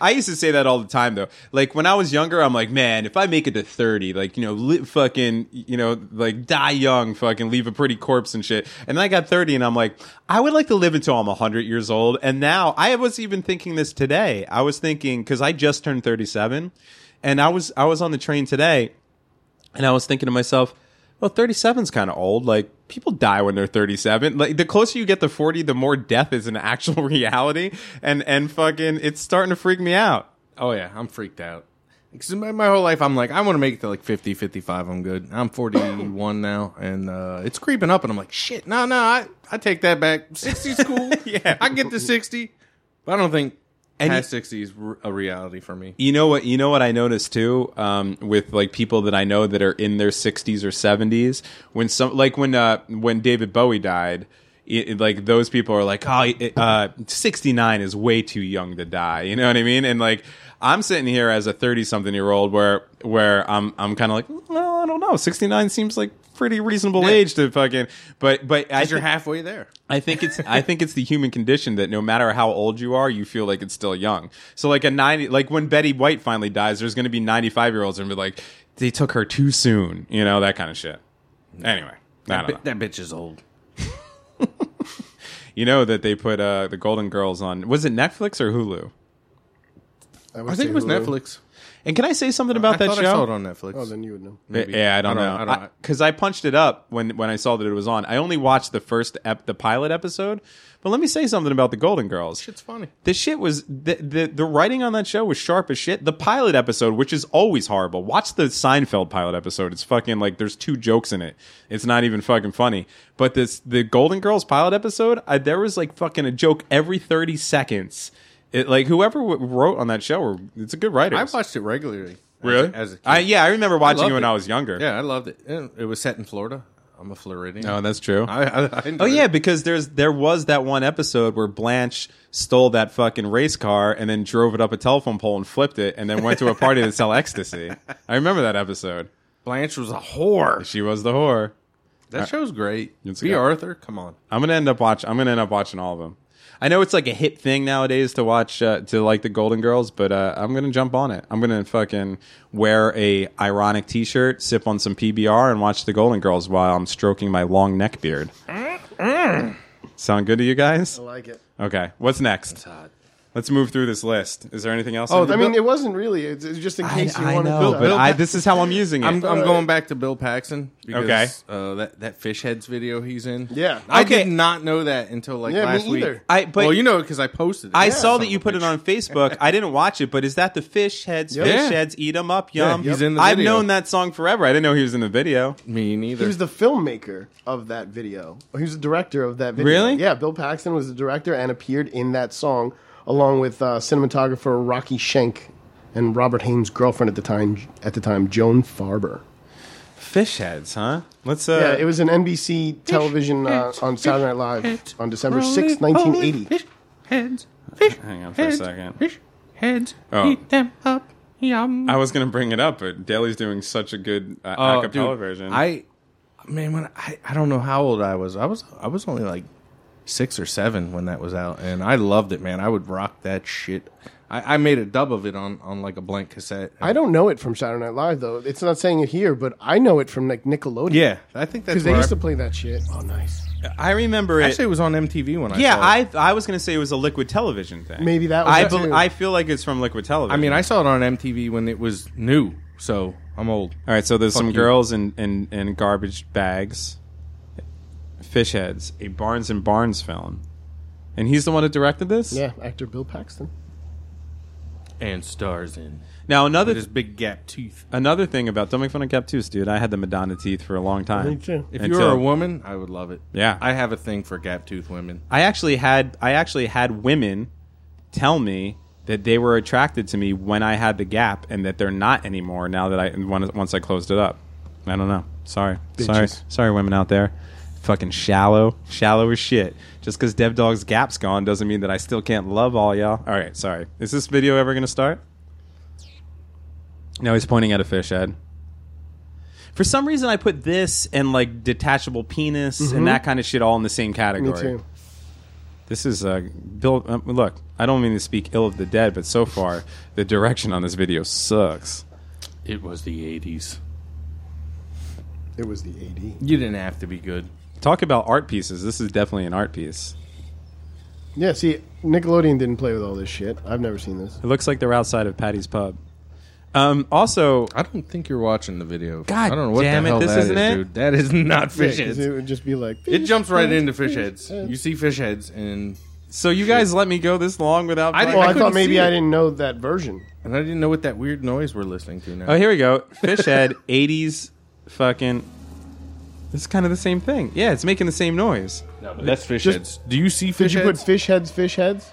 I used to say that all the time though. Like when I was younger, I'm like, man, if I make it to 30, like you know, li- fucking, you know, like die young, fucking leave a pretty corpse and shit. And then I got 30, and I'm like, I would like to live until I'm 100 years old. And now I was even thinking this today. I was thinking because I just turned 37, and I was I was on the train today, and I was thinking to myself, well, 37's kind of old. Like people die when they're 37. Like the closer you get to 40, the more death is an actual (laughs) reality. And and fucking, it's starting to freak me out.
oh yeah, I'm freaked out. 'Cause my, my whole life I'm like I want to make it to like 50, 55, I'm good. I'm 41 now and uh it's creeping up and I'm like shit. No, no, I I take that back. 60's cool.
Yeah.
I get to 60. But I don't think
And
past
you-
60 is r- a reality for me.
You know what? You know what I noticed too, um, with like people that I know that are in their 60s or 70s. When some, like when uh, when David Bowie died, it, it- like those people are like, oh, it- uh, 69 is way too young to die. You know what I mean? And like I'm sitting here as a 30 something year old, where where I'm I'm kind of like, well, I don't know. 69 seems like pretty reasonable age to fucking. But but I
Cuz you're (laughs)
thi-
halfway there.
I think it's I think it's the human condition that no matter how old you are, you feel like it's still young. So like a ninety, like when Betty White finally dies, there's going to be ninety five year olds and be like, they took her too soon, you know that kind of shit. Anyway, I don't know.
That bitch is old.
(laughs) You know that they put uh, the Golden Girls on was it Netflix or Hulu?
I think it was Netflix.
And can I say something about
I
that
thought
show?
I saw it on Netflix.
Oh, then you would know.
Maybe.
Yeah, I don't,
I don't- I
know.
don't-
Because I, punched it up when when I saw that it was on. I only watched the first ep- the pilot episode. But let me say something about the Golden Girls.
Shit's funny.
The shit was the, the the writing on that show was sharp as shit. The pilot episode, which is always horrible. Watch the Seinfeld pilot episode. It's fucking like there's two jokes in it. It's not even fucking funny. But this the Golden Girls pilot episode, I, there was like fucking a joke every 30 seconds. It, like whoever w- wrote on that show, were- it's a good writer.
I watched it regularly. as- As, a kid.
I, yeah, I remember watching
loved
it when
it.
I was younger.
Yeah, I loved it. And It was set in Florida. I'm a Floridian.
Oh, that's true.
I, I, I enjoyed
Oh yeah,
it.
because there's there was that one episode where Blanche stole that fucking race car and then drove it up a telephone pole and flipped it and then went to a party to sell ecstasy. I remember that episode.
Blanche was a whore.
She was the whore.
That show's great.
It's
B.
good.
Arthur, come on.
I'm gonna end up watch. I'm gonna end up watching all of them. I know it's like a hip thing nowadays to watch uh, to like the Golden Girls, but uh, I'm gonna jump on it. I'm gonna fucking wear a ironic T-shirt, sip on some PBR, and watch the Golden Girls while I'm stroking my long neck beard. Sound good to you guys?
I like it.
Okay, what's next? Let's move through this list. Is there anything else?
Oh,
I
the-
mean, it wasn't really. It's, it's just in
I,
case you
I
wanted
know,
to.
but I, this is how I'm using it.
I'm, I'm going back to Bill Paxton. Because,
Okay.
Uh, that that fish heads video he's in.
Yeah.
I
Okay.
did not know that until like
Yeah, me
last week.
either.
I- but-
well, you know, because I posted. it.
I
Yeah.
saw
Son
that
of
you
a
put it
bitch.
on Facebook. I didn't watch it, but is that the fish heads?
Yep.
Fish
Yeah.
heads eat 'em up, yum.
Yeah, he's in the
I've
video.
known that song forever. I didn't know he was in the video.
Me neither.
He was the filmmaker of that video. He was the director of that video.
Really?
Yeah, Bill Paxton was the director and appeared in that song along with uh, cinematographer Rocky Schenk and Robert Haynes' girlfriend at the time, at the time Joan Farber.
Fish heads, huh? Let's uh
yeah, it was an NBC television uh, on Saturday Night Live on December sixth, 1980.
Fish heads. Fish
hang on for a
heads.
second.
Fish heads.
Oh.
Eat them up. Yum.
I was gonna bring it up, but Daly's doing such a good uh,
Oh,
acapella
dude,
version.
I man, when I I don't know how old I was. I was I was only like six or seven when that was out, and I loved it, man. I would rock that shit. I, I made a dub of it on on like a blank cassette.
I don't know it from Saturday Night Live though. It's not saying it here, but I know it from like Nickelodeon.
Yeah, I think that's
because they
where I-
used to play that shit. Oh, nice.
I remember it.
actually it was on MTV when I
yeah,
saw it.
I I was gonna say it was a liquid television thing.
Maybe that was
I
it, too.
I feel like it's from liquid television.
I mean I saw it on MTV when it was new, so I'm old.
All right, so there's some
you.
girls in, in, in garbage bags, fish heads, a Barnes and Barnes film, and he's the one who directed this.
Yeah, actor Bill Paxton.
And stars in
Now another
this big gap tooth.
another thing about don't make fun of Captus, dude. I had the Madonna teeth for a long time.
Me too.
If
Until-
you were a woman, I would love it.
Yeah.
I have a thing for gap tooth women.
I actually had I actually had women tell me that they were attracted to me when I had the gap, and that they're not anymore now that I when- once I closed it up. I don't know. Sorry, sorry,
Bitches.
sorry, women out there. Fucking shallow, shallow as shit. Just because Dev Dog's gap's gone doesn't mean that I still can't love all y'all. All right, sorry. Is this video ever gonna start? No, he's pointing at a fish head. For some reason, I put this and like detachable penis and that kind of shit all in the same
Mm-hmm. Me
category.
too.
This is uh, Bill. Um, look, I don't mean to speak ill of the dead, but so far the direction on this video sucks.
It was the 80s.
It was the AD.
You didn't have to be good.
Talk about art pieces. This is definitely an art piece.
Yeah, see, Nickelodeon didn't play with all this shit. I've never seen this.
It looks like they're outside of Patty's Pub. Um, also,
I don't think you're watching the video.
God
I don't know what
damn it,
the hell
this
that
isn't
is,
it?
dude. That is not fish
Yeah, 'cause
heads.
it
It,
would just be like
jumps right
"Fish
into fish
heads,
heads. You see fish heads, and
so you guys let me go this long without.
I
playing-
Well, I,
couldn't
thought maybe
see
I
it.
didn't know that version.
and I didn't know what that weird noise we're listening to now.
oh, here we go. Fish (laughs) head, '80s, fucking. It's kind of the same thing. Yeah, it's making the same noise.
No, but that's fish
Just-
heads. Do you see
Did
fish
you put
heads?
fish heads, fish heads?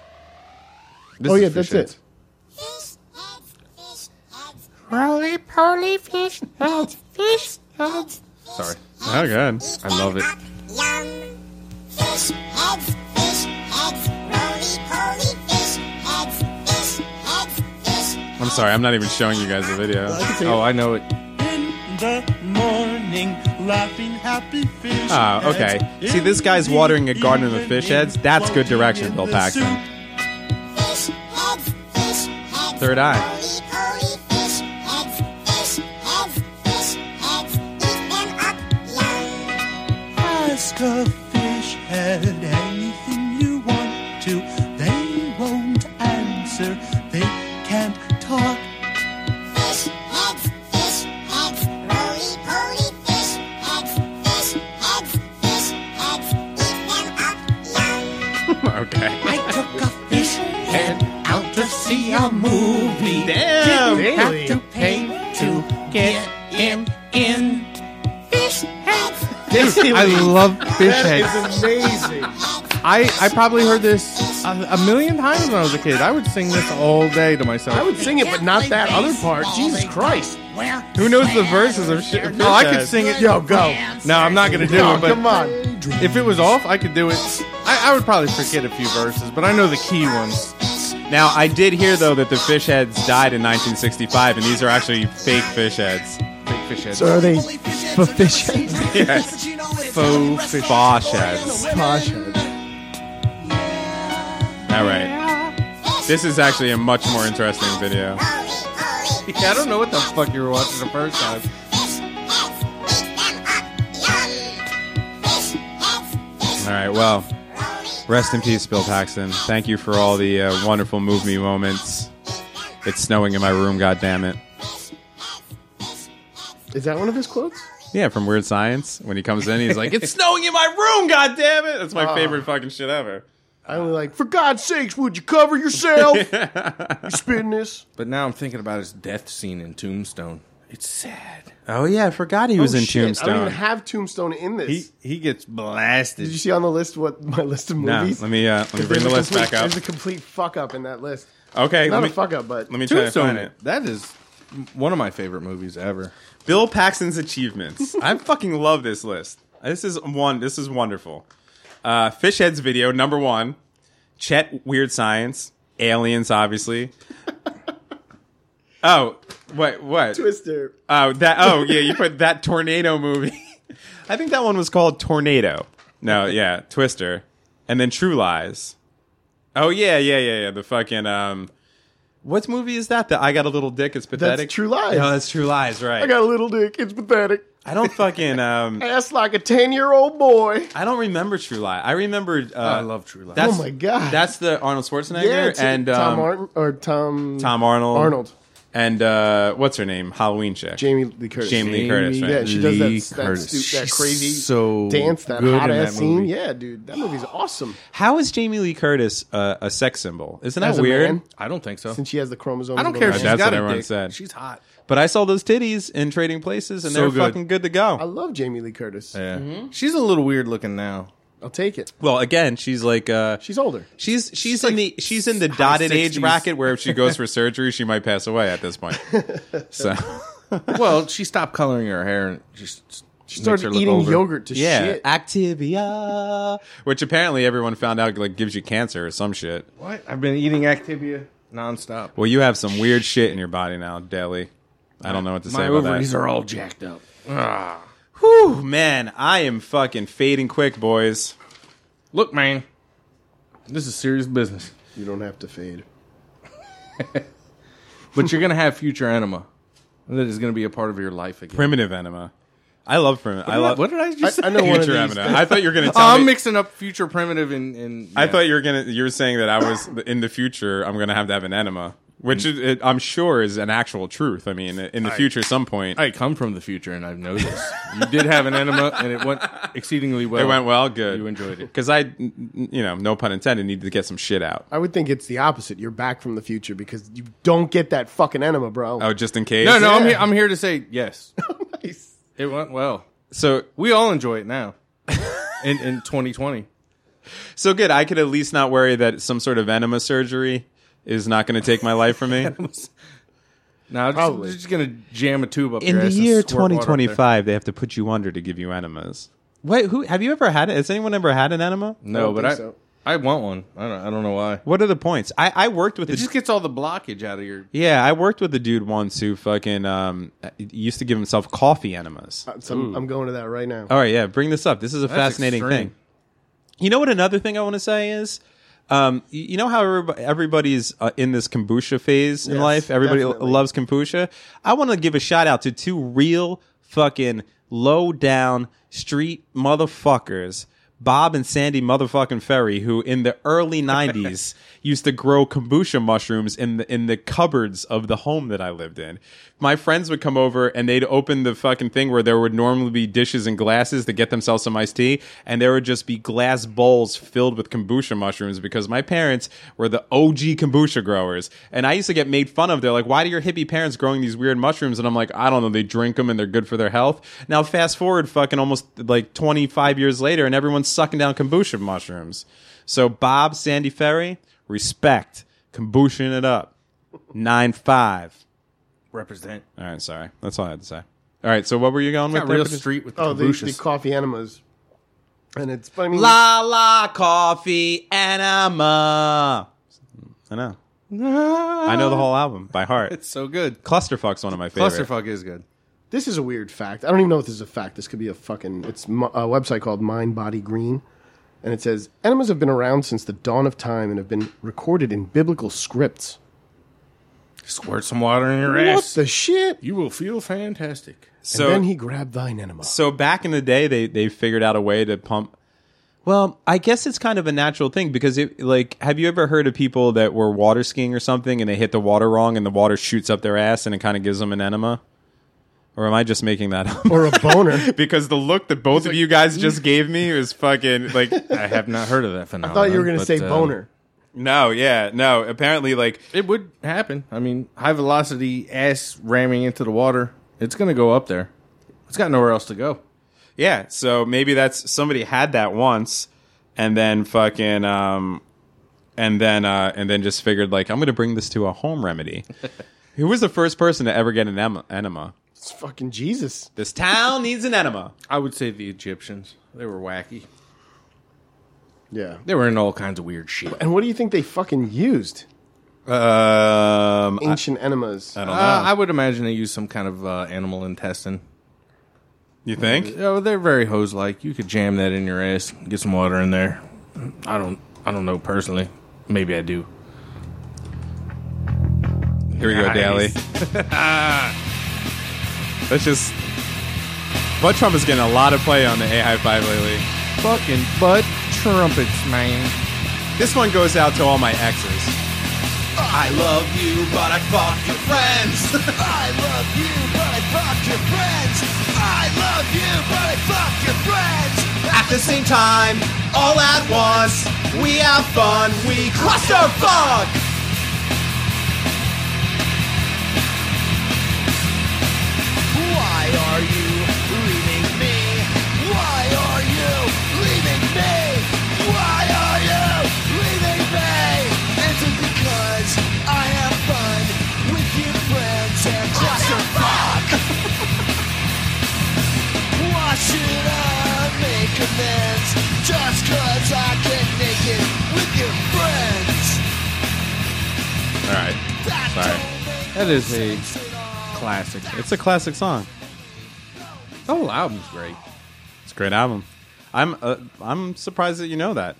This
oh
is
yeah,
fish
that's
heads.
it.
Fish heads, fish heads,
Roly poly fish heads. Fish heads.
heads.
Sorry.
Oh, God.
Eat
I
them
love it.
Up, yum. Fish heads, fish heads, roly poly fish heads, fish heads, fish.
I'm sorry. I'm not even showing you guys the video.
Oh, I know it.
in the morning, laughing happy fish.
Oh, okay. See, this guy's watering a garden of fish heads. That's good direction, Bill Paxton.
Fish heads, fish heads.
Third eye.
Roly poly fish heads, fish heads, fish heads. Eat them up, yum.
Ask a fish head anything you want to. They won't answer. They can't talk.
Fish heads, fish heads, roly poly fish heads, fish heads, fish heads. Eat them up, yum.
Okay.
I took a fish head out to see a movie. Damn, Didn't
really?
have to pay to get in. In
Fish heads.
I love fish heads.
It's amazing.
I, I probably heard this a, a million times when I was a kid. I would sing this all day to myself.
I would sing it, but not that other part. Jesus Christ!
where?
Who knows the verses of shit?
oh, I could sing it.
Yo, go.
No, I'm not gonna do
Go,
it. But
come on.
If it was off, I could do it. I, I would probably forget a few verses, but I know the key ones.
Now, I did hear though that the fish heads died in 1965, and these are actually fake fish heads.
Big fish heads.
So are they for fish heads?
Yes. Faux fish, heads.
Posh heads.
Yeah, right. This is actually a much more interesting video.
(laughs) Yeah, I don't know what the fuck you were watching the first time.
All right, well, rest in peace, Bill Paxton. Thank you for all the uh, wonderful move me moments. It's snowing in my room, goddammit.
Is that one of his quotes?
Yeah, from Weird Science. When he comes in, he's like, "It's snowing in my room, goddammit!" That's my favorite fucking shit ever.
I only like, for God's sakes, would you cover yourself? you spin this.
But now I'm thinking about his death scene in Tombstone. It's sad.
Oh yeah, I forgot he was
Oh,
in
shit, I don't
Tombstone.
even have Tombstone in this.
He he gets
Did you
blasted.
see on the list what my list of
no,
movies?
let me uh, let me bring the
There's a
list back
complete-
up.
There's a complete fuck up in that list.
Okay,
Not
let me
a fuck up, but
let me try to
Tombstone.
find it.
That is one of my favorite movies ever.
Bill Paxton's achievements. (laughs) I fucking love this list. This is one. This is wonderful. Uh, Fishhead's video number one. Chet Weird Science. Aliens, (laughs) obviously. oh wait, what?
Twister.
Oh that. Oh yeah, you
(laughs)
put that tornado movie. I think that one was called Tornado. No, yeah, Twister, and then True Lies. Oh yeah, yeah, yeah, yeah. The fucking um, what movie is that? That I got a little dick. It's pathetic.
True Lies.
No, that's True Lies. Right.
I got a little dick. It's pathetic.
I don't fucking um.
Ass like a ten year old boy.
I don't remember True Lie. I remember. Uh,
I love True Lies.
That's,
Oh my God.
That's the Arnold Schwarzenegger
it's-
and um,
Tom Martin or Tom
Tom Arnold.
Arnold.
and uh, what's her name? Halloween chick.
Jamie Lee Curtis.
Jamie Lee Curtis. Right?
Yeah, she does
Lee
that that,
Curtis.
stu- that
She's
crazy
so
dance, that
good in
hot
that
ass scene.
movie.
Yeah, dude, that movie's awesome.
How is Jamie Lee Curtis uh, a sex symbol? Isn't that
As a
weird?
man,
I don't think so.
since she has the chromosomes.
I don't
of a
care if
man.
she's
That's
got
what
a
everyone
dick.
said.
She's hot.
But I saw those titties in Trading Places, and
So
they're
good.
fucking good to go.
I love Jamie Lee Curtis.
Yeah.
Mm-hmm.
She's a little weird looking now.
I'll take it.
well, again, she's like uh,
She's older.
she's she's, in
like
the she's in the
high
dotted age
60s.
bracket where if she goes
(laughs)
for surgery, she might pass away at this point. so
well, (laughs) she stopped coloring her hair and just
She started eating yogurt to
yeah,
shit.
Activia, which apparently everyone found out like gives you cancer or some shit.
What? I've been eating Activia nonstop.
Well, you have some weird shit in your body now, Deli. I don't know what to say
My
about
ovaries
that.
are all jacked up.
Whew, (laughs) man, I am fucking fading quick, boys.
Look, man, this is serious business.
you don't have to fade.
But you're gonna have future enema that is gonna be a part of your life again.
Primitive enema. I love primitive. I
I
love
what did I
I,
just say?
I know one of
future
these.
enema. I thought you were
(laughs)
gonna tell
Oh, I'm
me.
mixing up future primitive and. and
I
yeah.
thought you were gonna. You were saying that I was
(coughs)
in the future. I'm gonna have to have an enema, which is, it, I'm sure is an actual truth. I mean, in the future, some point
I come from the future, and I've noticed you did have an enema, and it went exceedingly well.
it went well. Good,
You enjoyed it.
because I, n- n- you know, no pun intended, needed to get some shit out.
I would think it's the opposite. You're back from the future because you don't get that fucking enema, bro.
Oh, just in case.
No, no, I'm
Yeah.
here. I'm here to say yes.
nice.
It went well.
So
We all enjoy it now. In in 2020,
so good. I could at least not worry that some sort of enema surgery is not going to take my life
(laughs)
from me.
now
Probably.
just, just gonna jam a tube up
in
your
the
ass and
year
squirt water up there.
2025, they have to put you under to give you enemas. Wait, who have you ever had it? Has anyone ever had an enema?
No,
don't
but
think
I
so.
I want one. I don't I don't know why.
What are the points? I, I worked with
It
the
just gets all the blockage out of your.
Yeah, I worked with a dude once who fucking um, used to give himself coffee enemas.
So I'm, I'm going to that right now.
All right, yeah, bring this up. This is a fascinating
extreme.
thing. You know what? Another thing I want to say is, um, y- you know how everyb- everybody's uh, in this kombucha phase in
Yes,
life. Everybody l-
definitely.
loves kombucha. I want to give a shout out to two real fucking low down street motherfuckers. Bob and Sandy motherfucking Ferry, who in the
(laughs)
early '90s used to grow kombucha mushrooms in the in the cupboards of the home that I lived in. My friends would come over and they'd open the fucking thing where there would normally be dishes and glasses to get themselves some iced tea, and there would just be glass bowls filled with kombucha mushrooms because my parents were the OG kombucha growers, and I used to get made fun of. They're like, "Why do your hippie parents growing these weird mushrooms?" And I'm like, "I don't know. They drink them and they're good for their health." Now fast forward, fucking almost like 25 years later, and everyone's sucking down kombucha mushrooms. So Bob Sandy Ferry, respect, kombuchaing it up, nine five.
represent.
All right, sorry. That's all I had to say. All right, so what were you going with?
Got
there,
real
producer?
street with the
Oh, the, the
kombuchas.
coffee enemas. And it's funny.
La la coffee anima. I know. I know the whole album by heart.
(laughs) it's so good.
Clusterfuck's one of my favorite.
Clusterfuck is good.
This is a weird fact. I don't even know if this is a fact. This could be a fucking. It's mo- a website called Mind Body Green, and it says enemas have been around since the dawn of time and have been recorded in biblical scripts.
Squirt some water in your
What
ass.
the shit?
you will feel fantastic.
So
and then he grabbed thine enema.
so back in the day they they figured out a way to pump well i guess it's kind of a natural thing because it like have you ever heard of people that were water skiing or something and they hit the water wrong and the water shoots up their ass and it kind of gives them an enema or am i just making that up (laughs)
or a boner.
because the look that both of you guys just gave me was fucking like
(laughs) I have not heard of that
I
phenomenon.
thought you were going to
but,
say
uh,
boner.
no yeah no apparently like
It would happen. I mean, high velocity ass ramming into the water. It's going to go up there. It's got nowhere else to go.
Yeah, so maybe that's somebody had that once, and then fucking, um, and then uh, and then just figured like I'm gonna bring this to a home remedy. Who was the first person to ever get an em- enema?
It's fucking Jesus.
This town needs an enema.
I would say the Egyptians. They were wacky.
Yeah.
They were in all kinds of weird shit.
And what do you think they fucking used?
Um, I,
Ancient enemas.
I don't know.
Uh, I would imagine they use some kind of uh, animal intestine.
you think?
Oh, they're very hose like. You could jam that in your ass, get some water in there. I don't I don't know personally. Maybe I do.
Here we go,
Nice. (laughs)
Daly. Let's just. Butt Trump is getting a lot of play on the A High Five lately.
Fucking butt trumpets, man.
This one goes out to all my exes. I love you, but I fuck your friends. (laughs)
I love you, but I fuck your friends. I love you, but I fuck your friends.
at the same time, all at once. We have fun, we clusterfuck.
Why are you leaving me? Why are you leaving me? Why are you leaving me? Is it because I have fun with your friends and clusterfuck? Why should I make amends just cause I get naked with your friends?
All right,
That
Sorry.
don't make
That is a
sense at all.
classic.
it's a classic song.
The whole album's great.
It's a great album. I'm uh, I'm surprised that you know that.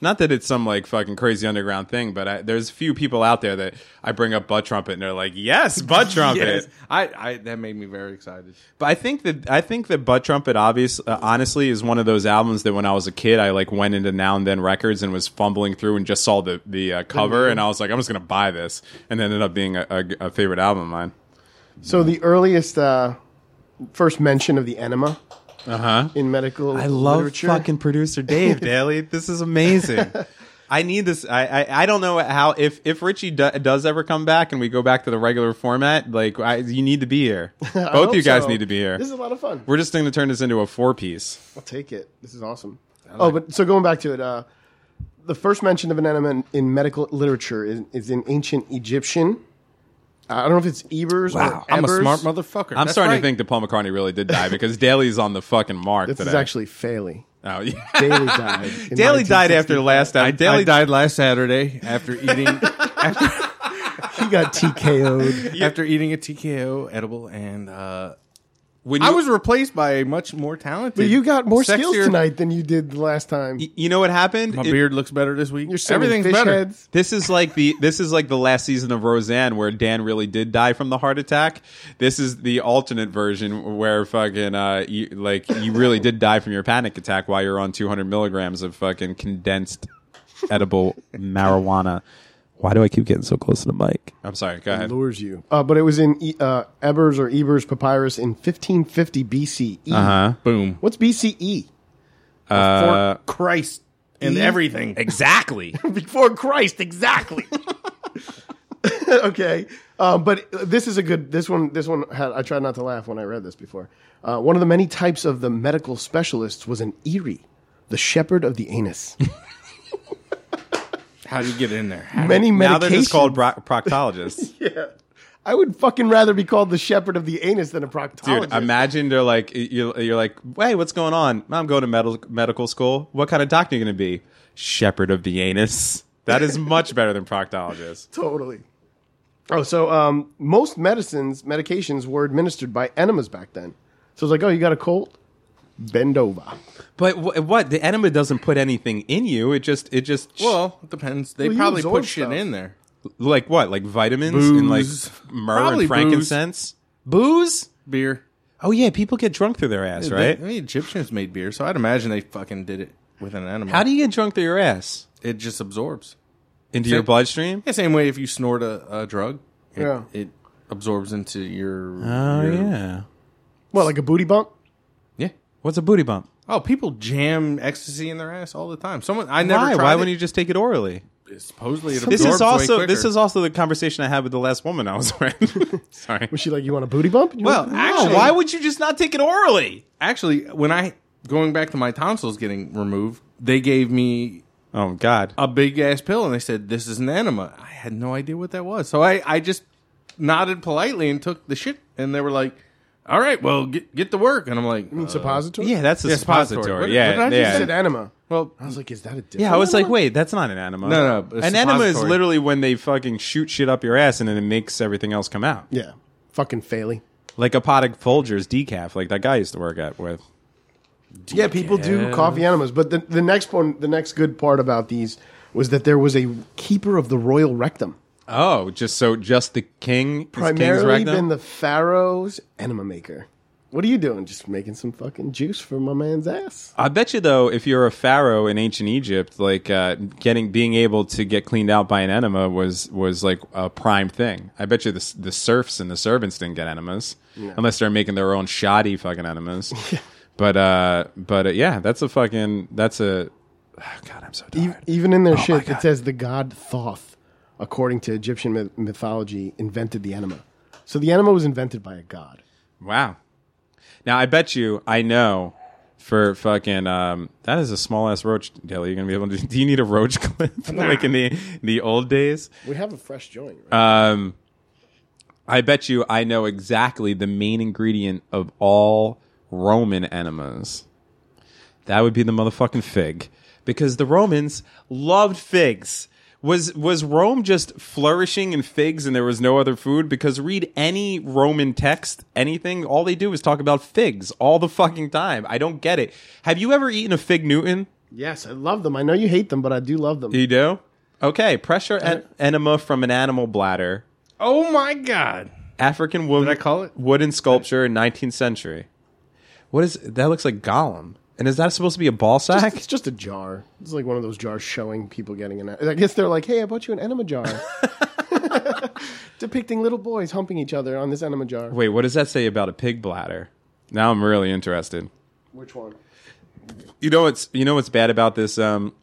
Not that it's some like fucking crazy underground thing, but I, there's few people out there that I bring up butt trumpet and they're like, yes, (laughs) butt trumpet.
Yes. I, I that made me very excited.
But I think that I think that Butt Trumpet, obvious, uh, honestly, is one of those albums that when I was a kid, I like went into Now and Then Records and was fumbling through and just saw the the uh, cover, and I was like, I'm just gonna buy this, and ended up being a, a, a favorite album of mine.
So the earliest uh, first mention of the enema
Uh-huh.
in medical literature.
producer (laughs) Dave Daly. This is amazing. (laughs) I need this. I, I I don't know how if if Richie do, does ever come back and we go back to the regular format, like I, you need to be (laughs) here.
I
Both
hope
you guys
so.
need to be here.
This is a lot of fun.
We're just going to turn this into a four piece.
I'll take it. This is awesome. oh, but so going back to it, uh, the first mention of an enema in, in medical literature is, is in ancient Egyptian. I don't know if it's Ebers or
I'm a
Ebers.
smart motherfucker.
I'm
That's
starting
right.
to think that Paul McCartney really did die because Daly's on the fucking mark
This
today.
is actually Faley.
oh, yeah. (laughs)
(laughs)
Daly died. in
Daly died after the last
I,
album. Daly
I died last Saturday
(laughs)
after eating after,
1960. He
(laughs)
got TKO'd.
after eating a TKO edible and uh,
When you,
I was replaced by a much more talented.
But you got more skills
sexier-
tonight than you did the last time.
you know what happened?
My
It-
beard looks better this week.
You're selling
Everything's
fish
better.
heads.
This is like the this is like the last season of Roseanne where Dan really did die from the heart attack. This is the alternate version where fucking uh you, like you really did die from your panic attack while you're on 200 milligrams of fucking condensed edible marijuana. Why do I keep getting so close to the mic? I'm sorry. Go ahead.
Lures you. Uh, but it was in E- uh, Ebers or Ebers papyrus in 1550 BCE.
Huh?
Boom.
E. What's E? BCE?
Uh, Christ and
Ye-
everything.
Mm-hmm. Exactly.
(laughs) before
(laughs)
Christ, exactly. (laughs) okay, um, but this is a good. This one, this one had. I tried not to laugh when I read this before. Uh, one of the many types of the medical specialists was an eerie, the shepherd of
(laughs)
the anus.
How do you get in there? How-
many medications.
now they're just
(laughs)
called bro- proctologists.
I would fucking rather be called the shepherd of the anus than a proctologist.
Dude, imagine they're like you're, you're like, hey, what's going on? I'm going to medical medical school. What kind of doctor are you going to be? Shepherd of the anus. That is much better than proctologist.
totally. Oh, so um, most medicines, medications were administered by enemas back then. So it's like, oh, you got a cold? Bend over.
(laughs) But wh- what the enema doesn't put anything in you. It just it just
Well, it depends. They
Well, you
probably
absorb
put shit
stuff.
in there.
like what like vitamins and like
Booze.
myrrh
Probably
and frankincense, booze.
Beer.
Oh yeah, people get drunk through their ass, right?
The, the Egyptians made beer, so I'd imagine they fucking did it with an animal.
How do you get drunk through your ass
it just absorbs?
into your bloodstream?
Yeah, same way if you snort a, a drug, it,
Yeah.
it absorbs into your.
Oh
your-
yeah.
What, like a booty bump?
yeah.
What's a booty bump?
Oh, people jam ecstasy in their ass all the time. Someone I never.
Why?
Tried
Why
it.
wouldn't you just take it orally?
Supposedly, it
This
absorbs
is
way
also this
quicker.
is also the conversation I had with the last woman I was with. (laughs) Sorry.
Was she like, you want a booty bump? And you're
Well,
like,
actually,
why would you just not take it orally?
actually when I going back to my tonsils getting removed, they gave me
Oh God.
a big ass pill and they said this is an enema. I had no idea what that was, so I I just nodded politely and took the shit, and they were like, "All right, well get get to work," and I'm like,
you mean suppository?
yeah, that's a
Yeah,
suppository.
suppository. What-
yeah,
what did I
I
yeah.
said enema.
"Well,
I was like, is that a different
Yeah, I was like, wait, that's not an enema.
No, no, it's
an enema is
suppository.
literally when they fucking shoot shit up your ass and then it makes everything else come out.
Yeah. Fucking Faley.
Like a pot of Folgers decaf, like that guy I used to work at with.
Yeah, people do coffee enemas. But the, the next one, the next good part about these was that there was a keeper of the royal rectum.
Oh, just so just the king,
Primarily
his king's
been the pharaoh's enema maker. What are you doing? Just making some fucking juice for my man's ass.
I bet you though, if you're a pharaoh in ancient Egypt, like uh, getting being able to get cleaned out by an enema was was like a prime thing. I bet you the s- the serfs and the servants didn't get enemas unless they're making their own shoddy fucking
(laughs)
enemas. but uh, but uh, yeah, that's a fucking that's a (sighs) God. Oh I'm so
E-
tired.
even in their shit, it says the god Thoth, according to Egyptian myth- mythology, invented the enema. So the enema was invented by a god.
Wow. Now I bet you I know for fucking um that is a small ass roach Dale. You're gonna be able to. (laughs) Do you need a roach clip (laughs) like in the the old days?
We have a fresh joint, right?
Um, I bet you I know exactly the main ingredient of all Roman enemas. That would be the motherfucking fig, because the Romans loved figs. Was was Rome just flourishing in figs and there was no other food? Because read any Roman text, anything, all they do is talk about figs all the fucking time. I don't get it. Have you ever eaten a fig Newton?
yes, I love them. I know you hate them, but I do love them.
You do? Okay, pressure en- enema from an animal bladder.
oh my god."
African wood.
Did I call it?
wooden sculpture in 19th century? What is that? Looks like Gollum. And is that supposed to be a ball
Just-
sack?
it's just a jar. It's like one of those jars showing people getting an. I guess they're like, "Hey, I bought you an enema
(laughs)
jar," depicting little boys humping each other on this enema jar.
Wait, what does that say about a pig bladder? Now I'm really interested.
Which one?
You know what's you know what's bad about this um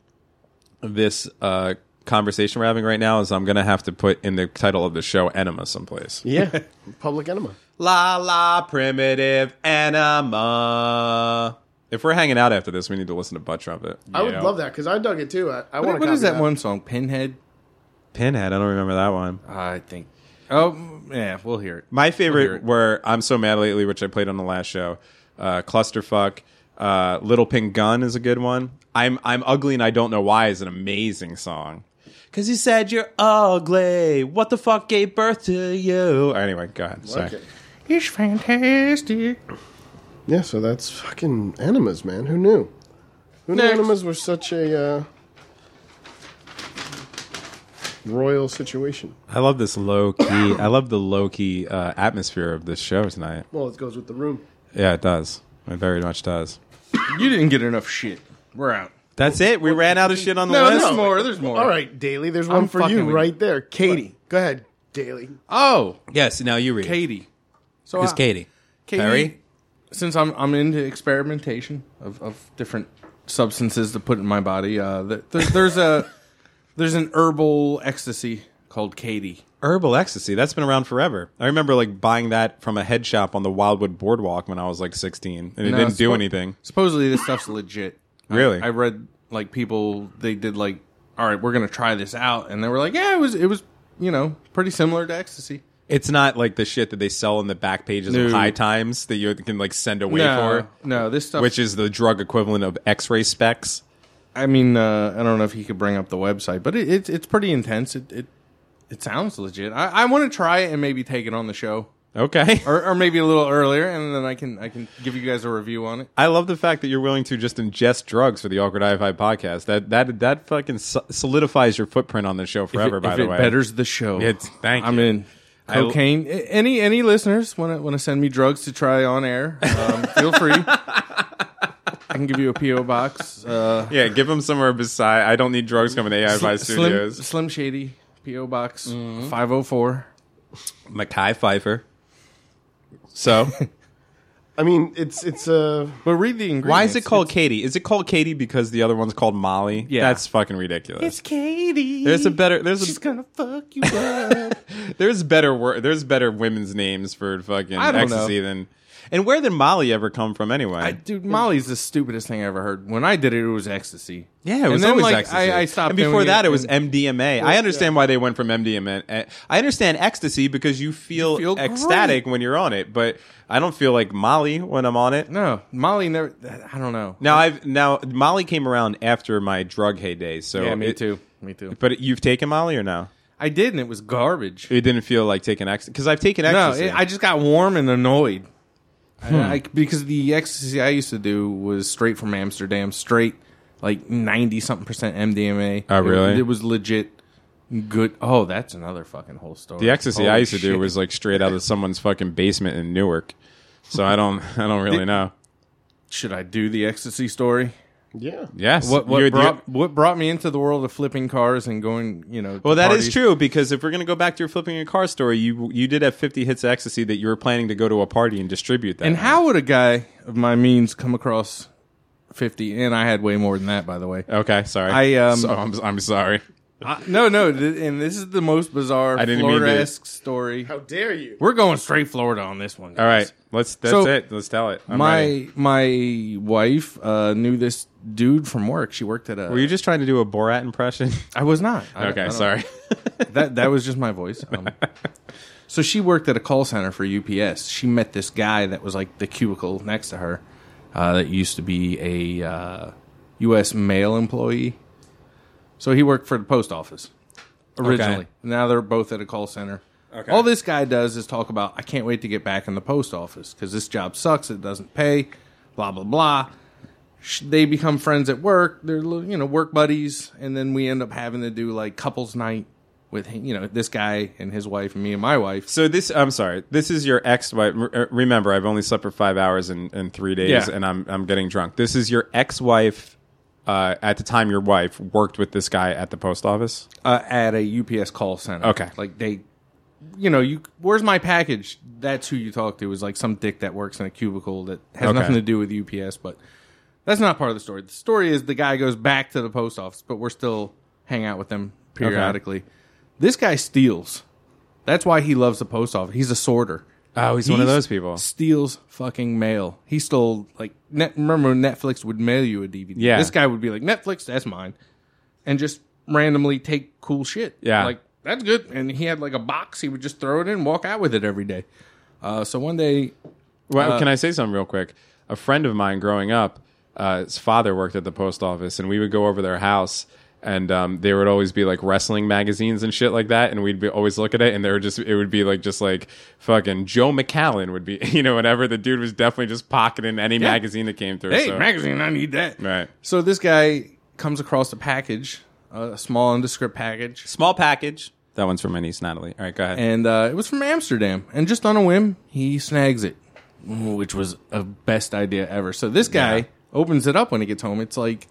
this uh conversation we're having right now is I'm gonna have to put in the title of the show enema someplace.
Yeah, (laughs) public enema.
La la primitive enema. If we're hanging out after this, we need to listen to Butt Trumpet.
I would love that because I dug it too. I, I
What,
want.
what is that one song? Pinhead.
Pinhead, I don't remember that one.
I think. Oh yeah, we'll hear it.
My
hear
favorite
it.
were I'm So Mad Lately, which I played on the last show. Uh, Clusterfuck, uh, Little Pink Gun is a good one. I'm I'm ugly and I don't know why is an amazing song. Cause you said you're ugly. What the fuck gave birth to you? Anyway, go ahead. Sorry.
Okay.
It's fantastic.
Yeah, so that's fucking enemas, man. Who knew? Who knew
Next.
enemas were such a uh, royal situation?
I love this low key. (coughs) I love the low key uh, atmosphere of this show tonight.
Well, it goes with the room.
Yeah, it does. It very much does.
You didn't get enough shit. We're out.
That's it. We ran out of shit on the
No,
list.
there's more. There's more.
All right, Daly. There's one
I'm
for
fucking
you
with
right there, Katie. Go ahead, Daly.
Oh,
Yes. Now you read. Katie.
Katie. So
It's
I-
Katie.
Katie,
Perry?
Since I'm I'm into experimentation of, of different substances to put in my body, uh, th- th- there's a (laughs) there's an herbal ecstasy called Katie.
herbal ecstasy that's been around forever i remember like buying that from a head shop on the wildwood boardwalk when i was like 16 and it
No,
didn't do
suppo-
anything
Supposedly this stuff's legit. I-
Really?
I, read like people they did like, all right, we're gonna try this out, and they were like, yeah, it was it was you know pretty similar to ecstasy.
it's not like the shit that they sell in the back pages of
No.
high times that you can like send away
no, no, this
for
stuff.
which is the drug equivalent of x-ray specs
I mean, uh, I don't know if he could bring up the website, but it, it's it's pretty intense. It it, it sounds legit. I, I want to try it and maybe take it on the show.
Okay.
or, or maybe a little earlier, and then I can I can give you guys a review on it.
(laughs) I love the fact that you're willing to just ingest drugs for the awkward IFI podcast. That that that fucking so- solidifies your footprint on the show forever.
If it-
by
if
the
it
way,
betters the show.
It's- thank
I'm
you.
in.
I l-
Cocaine. A- any any listeners want to want to send me drugs to try on air? Um, feel free. I can give you a PO box. Uh,
yeah, give them somewhere beside. I don't need drugs coming to AIFI
Slim,
Studios.
Slim Shady PO box five hundred four.
Mackay Pfeiffer. So
I mean, it's it's uh,
But read the ingredients.
why is it called Katie? Is it called Katie because the other one's called Molly?
Yeah.
that's fucking ridiculous.
It's Katie.
there's a better. There's a
She's gonna fuck you up.
There's better wor- there's better women's names for fucking
I don't
ecstasy than and where did Molly ever come from anyway?
(laughs) I, dude, Molly's the stupidest thing I ever heard. When I did it, it was ecstasy.
yeah, it was
and then,
always
like,
ecstasy.
I, I stopped.
And before
doing
that, it, was
and-
MDMA. I understand why they went from MDMA. Eh, I understand ecstasy because you feel,
feel
ecstatic when you're on it, but I don't feel like Molly when I'm on it.
No, Molly never. I don't know.
Now I've now Molly came around after my drug heyday, so
yeah, me
it-
too. Me too.
But you've taken Molly or no?
I did, and it was garbage.
It didn't feel like taking ecstasy because I've taken E.
no,
ecstasy. Hmm.
it, I just got warm and annoyed. I, I- because the ecstasy I used to do was straight from Amsterdam, straight like ninety something percent MDMA.
Oh, really?
It, it was legit good. Oh, that's another fucking whole story.
The ecstasy
Holy
I used to do
shit.
was like straight out of someone's fucking basement in Newark. So I don't, (laughs) I don't really know.
Should I do the ecstasy story?
yeah.
Yes,
What what
you're the-
brought what brought me into the world of flipping cars and going? You know. to
well, that is
parties?
true because if we're gonna go back to your flipping a car story, you you did have 50 hits of ecstasy that you were planning to go to a party and distribute that.
And
night.
how would a guy of my means come across fifty? And I had way more than that, by the way.
Okay, sorry.
I, um,
So, I'm, I'm sorry.
I- no, no, th- and this is the most bizarre
Uh, I didn't mean to-
Florida-esque story.
How dare you?
We're going straight Florida on this one. guys.
All right, let's. That's
So,
it. Let's tell it. I'm
my
ready.
my wife uh, knew this dude from work. She worked at a.
Were you just trying to do a Borat impression?
I was not. I- I
okay,
don't-
sorry.
That that was just my voice. Um, so she worked at a call center for UPS. She met this guy that was like the cubicle next to her, uh, that used to be a uh, U.S. mail employee. So he worked for the post office originally.
Okay.
Now they're both at a call center.
Okay.
All this guy does is talk about I can't wait to get back in the post office because this job sucks. It doesn't pay. Blah blah blah. Sh- They become friends at work. They're li- you know work buddies, and then we end up having to do like couples night with him, you know this guy and his wife and me and my wife.
So this, I'm sorry. This is your ex-wife. re- uh, Remember, I've only slept for five hours and, and three days,
Yeah.
and I'm I'm getting drunk. This is your ex-wife. Uh, at the time, your wife worked with this guy at the post office.
uh, at a UPS call center.
Okay.
Like they, you know, you where's my package? That's who you talk to is like some dick that works in a cubicle that has
Okay.
nothing to do with UPS, but that's not part of the story. The story is the guy goes back to the post office, but we're still hang out with them periodically. This guy steals. That's why he loves the post office. He's a sorter.
Oh, he's, one of those people.
Steals fucking mail. He stole like net, remember when Netflix would mail you a DVD.
Yeah.
this guy would be like Netflix, that's mine, and just randomly take cool shit.
Yeah.
like that's good. And he had like a box. He would just throw it in, walk out with it every day. Uh, so one day,
Well, can I say something real quick? A friend of mine growing up, uh, his father worked at the post office, and we would go over their house, and um, there would always be like wrestling magazines and shit like that, and we'd be always look at it, and there would just it would be like just like fucking Joe McCallan would be, (laughs) you know, whatever. The dude was definitely just pocketing any magazine that came through.
hey,
so-
magazine, I need that.
Right.
So this guy comes across a package, a small indescript package.
Small package. That one's for my niece Natalie. All right, go ahead.
and uh, it was from Amsterdam. And just on a whim, he snags it, which was a best idea ever. So this guy
Yeah.
opens it up when he gets home. It's like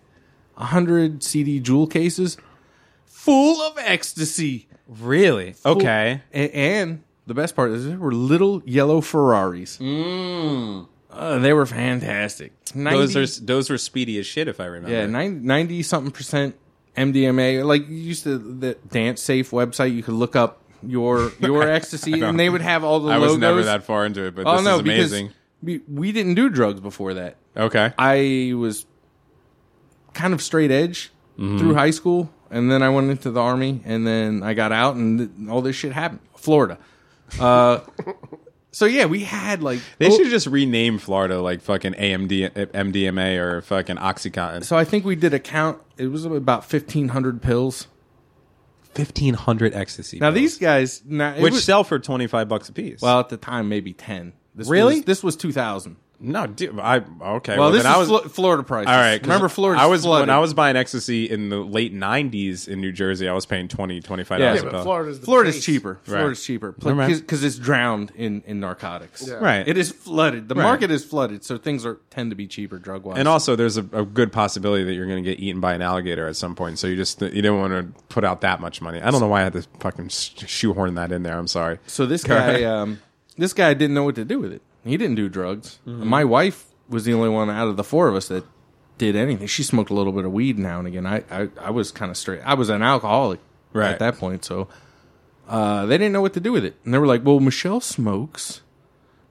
a hundred CD jewel cases full of ecstasy.
really? Okay.
A- and the best part is they were little yellow Ferraris. Mm. they were fantastic. 90,
Those are those were speedy as shit, if I remember.
yeah, 90, 90 something percent MDMA. Like you used to the Dance Safe website, you could look up
(laughs)
your your ecstasy, and they would have all the
I
logos.
was never that far into it, but
Oh
this
no,
is amazing.
because we, we didn't do drugs before that.
Okay.
I was kind of straight edge
Mm-hmm.
through high school, and then I went into the army, and then I got out, and th- all this shit happened. Florida.
(laughs)
Uh, so yeah, we had like
They
oh,
should just rename Florida like fucking AMD, MDMA or fucking OxyContin.
So I think we did a count. It was about fifteen hundred pills
fifteen hundred ecstasy.
Now
pills,
these guys, now, it
which
was-
sell for twenty five bucks a piece.
well at the time maybe ten. This
Really?
was- this was two thousand.
no, dude, I okay.
Well, this
then I
is
was
Flo- Florida prices.
all right. 'cause
remember Florida?
I was
flooded.
when I was buying ecstasy in the late nineties in New Jersey. I was paying 20 25
Yeah,
dollars
but
a pill.
Florida's the
Florida's
place.
cheaper. Florida's cheaper
Right.
because it's drowned in, in narcotics.
Right.
It is flooded. The
Right.
market is flooded, so things are tend to be cheaper drug wise.
And also, there's a, a good possibility that you're going to get eaten by an alligator at some point. So you just you don't want to put out that much money. I don't know why I had to fucking sh- shoehorn that in there. I'm sorry.
So this guy, um, this guy didn't know what to do with it. He didn't do drugs.
Mm-hmm.
My wife was the only one out of the four of us that did anything. She smoked a little bit of weed now and again. I, I, I was kind of straight. I was an alcoholic
Right.
at that point, so uh, they didn't know what to do with it. And they were like, "Well, Michelle smokes.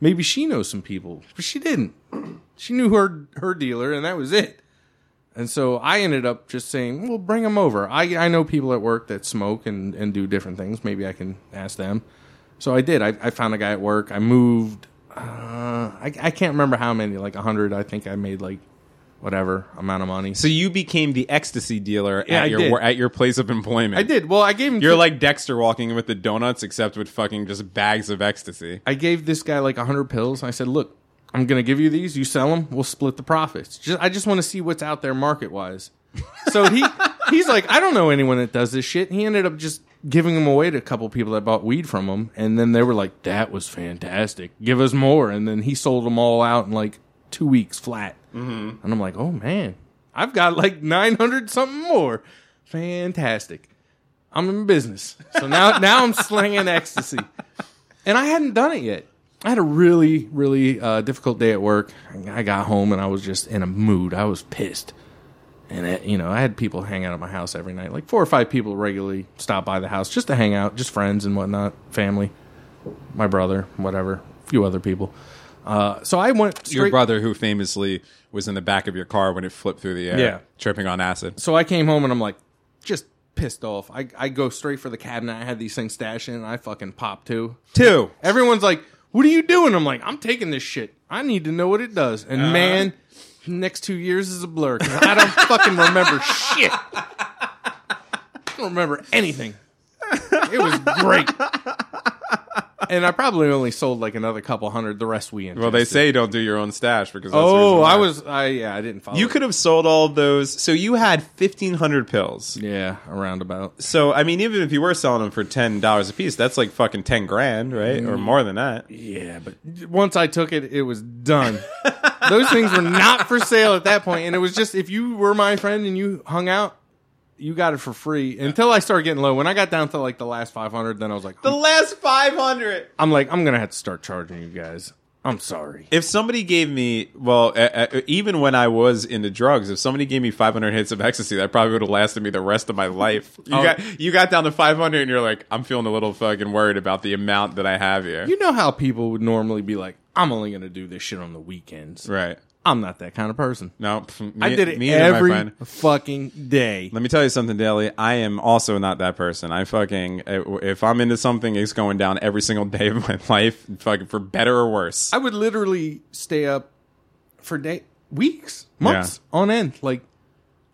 Maybe she knows some people, but she didn't. She knew her her dealer, and that was it." And so I ended up just saying, "Well, bring them over. I, I know people at work that smoke and, and do different things. Maybe I can ask them." So I did. I, I found a guy at work. I moved. Uh, I, I can't remember how many, like a hundred. I think I made like whatever amount of money.
So you became the ecstasy dealer
Yeah, I
at your
did.
wor- at your place of employment.
I did. Well, I gave him.
You're
fif-
like Dexter walking in with the donuts, except with fucking just bags of ecstasy.
I gave this guy like a hundred pills. I said, "Look, I'm gonna give you these. You sell them. We'll split the profits. Just, I just want to see what's out there market (laughs) wise." So he he's like, "I don't know anyone that does this shit." He ended up just giving them away to a couple people that bought weed from him, and then they were like, "That was fantastic. Give us more." And then he sold them all out in like two weeks flat. Mm-hmm. And I'm like, "Oh man, I've got like 900 something more. Fantastic." I'm in business. So now (laughs) now I'm slinging ecstasy. And I hadn't done it yet. I had a really really uh, difficult day at work. I got home and I was just in a mood. I was pissed. And it, you know, I had people hang out at my house every night. Like four or five people regularly stop by the house just to hang out, just friends and whatnot, family, my brother, whatever, a few other people. Uh, so I went straight.
Your brother, who famously was in the back of your car when it flipped through the air,
Yeah.
tripping on acid.
so I came home and I'm like, just pissed off. I, I go straight for the cabinet. I had these things stashed in, and I fucking pop two.
Two.
Everyone's like, "What are you doing?" I'm like, "I'm taking this shit. I need to know what it does." And
Uh-huh.
man, next two years is a blur 'cause I don't fucking remember shit. I don't remember anything. It was great. And I probably only sold like another couple hundred. The rest we ingested.
Well, they say don't do your own stash because. That's the reason
Oh,
why.
I was. I yeah, I didn't follow.
You
it.
could have sold all of those. So you had fifteen hundred pills.
Yeah, around about.
So I mean, even if you were selling them for ten dollars a piece, that's like fucking ten grand, right?
Mm.
Or more than that.
Yeah, but once I took it, it was done. Those things were not for sale at that point, and it was just if you were my friend and you hung out, you got it for free. Until I started getting low, when I got down to like the last five hundred, then I was like, I'm,
last five hundred.
I'm like, I'm gonna have to start charging you guys. I'm sorry.
If somebody gave me, well, uh, uh, even when I was into drugs, if somebody gave me 500 hits of ecstasy, that probably would have lasted me the rest of my life. You
Oh.
got you got down to 500, and you're like, I'm feeling a little fucking worried about the amount that I have here.
You know how people would normally be like, I'm only gonna do this shit on the weekends.
right?
I'm not that kind of person.
No, pff, me,
I did it
me neither, my
every
friend.
fucking day.
Let me tell you something, Daly. I am also not that person. I fucking if I'm into something, it's going down every single day of my (laughs) life, fucking for better or worse.
I would literally stay up for day weeks, months on end. Like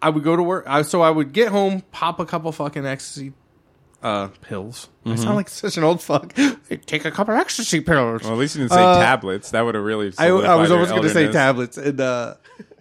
I would go to work. I, so I would get home, pop a couple fucking ecstasy uh, pills.
Mm-hmm.
I sound like such an old fuck. I take a couple ecstasy pills.
well, at least you didn't say tablets. That would have really.
Uh, I, I was almost
going to
say tablets. And uh,
(laughs)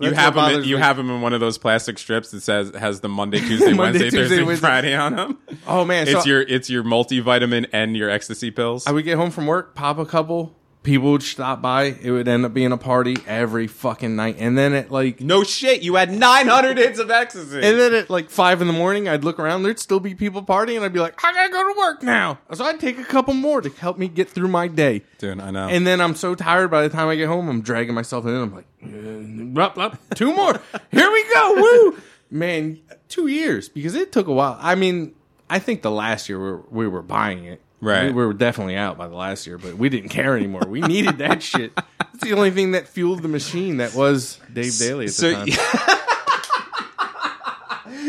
You
That's
have
what
them. In,
bothers
you
me.
have them in one of those plastic strips that says has the
(laughs)
Monday, Tuesday,
Monday,
Wednesday,
Tuesday,
Thursday,
Wednesday.
Friday on
(laughs)
them.
oh man,
it's
so
your it's your multivitamin and your ecstasy pills.
I would get home from work, pop a couple. People would stop by. It would end up being a party every fucking night. And then at like
no shit, you had 900 hits of ecstasy.
And then at like five in the morning, I'd look around. There'd still be people partying. I'd be like, I gotta go to work now. So I'd take a couple more to help me get through my day.
Dude, I know.
And then I'm so tired by the time I get home, I'm dragging myself in. I'm like, "Uh, blah, blah, two more. Here we go. Woo. Man, two years because it took a while. I mean, I think the last year we were, we were buying it.
Right.
We were definitely out by the last year, but we didn't care anymore. We needed that shit. It's the only thing that fueled the machine that was Dave Daly at the
so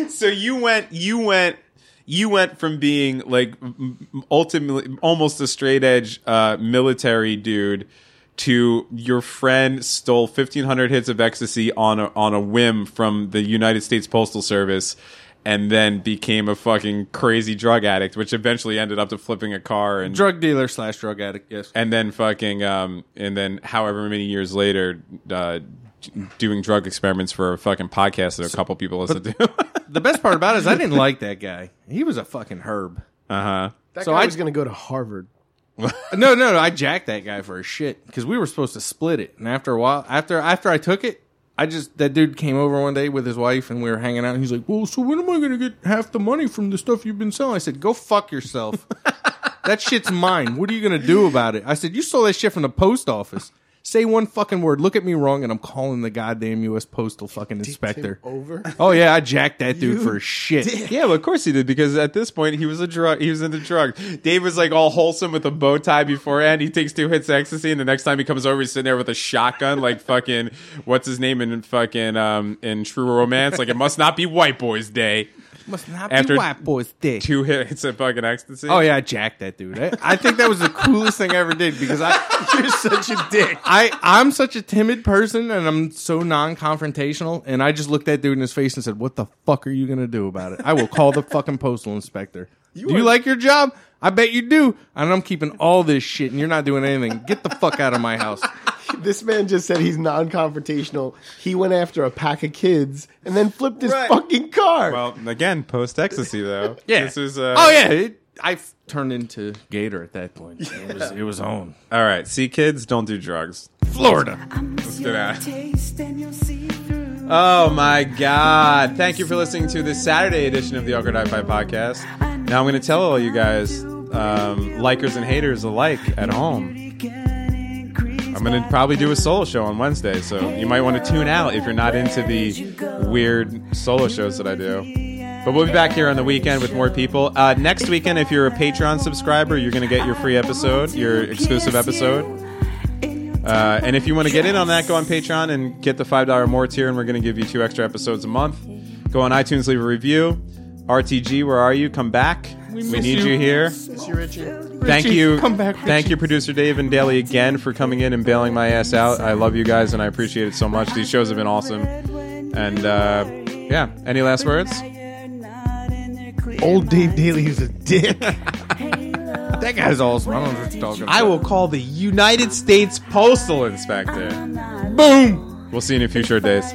(laughs)
time.
so you went you went you went from being like m- m- ultimately almost a straight edge uh, military dude to your friend stole 1500 hits of ecstasy on a, on a whim from the United States Postal Service and then became a fucking crazy drug addict, which eventually ended up to flipping a car and
Drug dealer slash drug addict. Yes.
and then fucking um and then however many years later uh d- doing drug experiments for a fucking podcast that a couple people listen to (laughs)
the best part about it is I didn't like that guy. He was a fucking herb.
That
So
guy
I-
was going to go to Harvard.
No, no, no. I jacked that guy for his shit because we were supposed to split it. And after a while, after after I took it, I just that dude came over one day with his wife and we were hanging out. And he's like, "Well, so when am I going to get half the money from the stuff you've been selling?" I said, "Go fuck yourself. that shit's mine. What are you going to do about it?" I said, "You stole that shit from the post office." Say one fucking word. Look at me wrong, and I'm calling the goddamn U.S. Postal fucking inspector.
over?
Oh yeah, I jacked that dude for his shit.
yeah well, of course he did because at this point he was a drug he was into drugs dave was like all wholesome with a bow tie beforehand he takes two hits of ecstasy and the next time he comes over he's sitting there with a shotgun like fucking what's his name in fucking um in true romance like it must not be white boys day
Must not
After
be white boys' dick.
two hits of fucking ecstasy
Oh yeah, I jacked that dude. I, I think that was the coolest thing I ever did because I (laughs) you're such a dick. I I'm such a timid person and I'm so non-confrontational and I just looked that dude in his face and said, "What the fuck are you gonna do about it? I will call the fucking postal inspector. do you like your job? I bet you do. And I'm keeping all this shit and you're not doing anything. Get the fuck out of my (laughs) house.
(laughs) This man just said he's non-confrontational. He went after a pack of kids and then flipped his fucking car.
well again post ecstasy though
Yeah.
this is uh,
oh yeah, it, I f- turned into Gator at that point. It was it was on
all right see kids don't do drugs
Florida.
Let's do that. Oh my God. Thank you for listening to this Saturday edition of the Awkward Hi Fi podcast. Now I'm going to tell all you guys, um, likers and haters alike at home. I'm going to probably do a solo show on Wednesday, so you might want to tune out if you're not into the weird solo shows that I do. But we'll be back here on the weekend with more people. Uh, next weekend, if you're a Patreon subscriber, you're going to get your free episode, your exclusive episode. Uh, and if you want to get in on that, go on Patreon and get the $5 more tier, and we're going to give you two extra episodes a month. Go on iTunes, leave a review. RTG, where are you? Come back. We,
miss
need you,
you.
here.
Miss you, Richie.
Thank
Richie,
you.
come back,
Thank you, producer Dave and Daly, again for coming in and bailing my ass out. I love you guys and I appreciate it so much. These shows have been awesome. And uh, yeah, any last words?
Old Dave Daly is a dick.
That guy's awesome. I don't know what you're talking about.
I will call the United States Postal Inspector.
boom.
We'll see you in future days.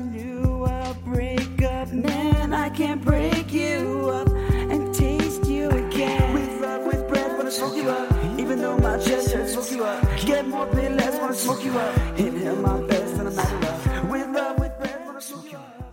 Get more pain, less wanna smoke you up. Inhale my best, and I'm out of love. With love, with breath, wanna smoke you up.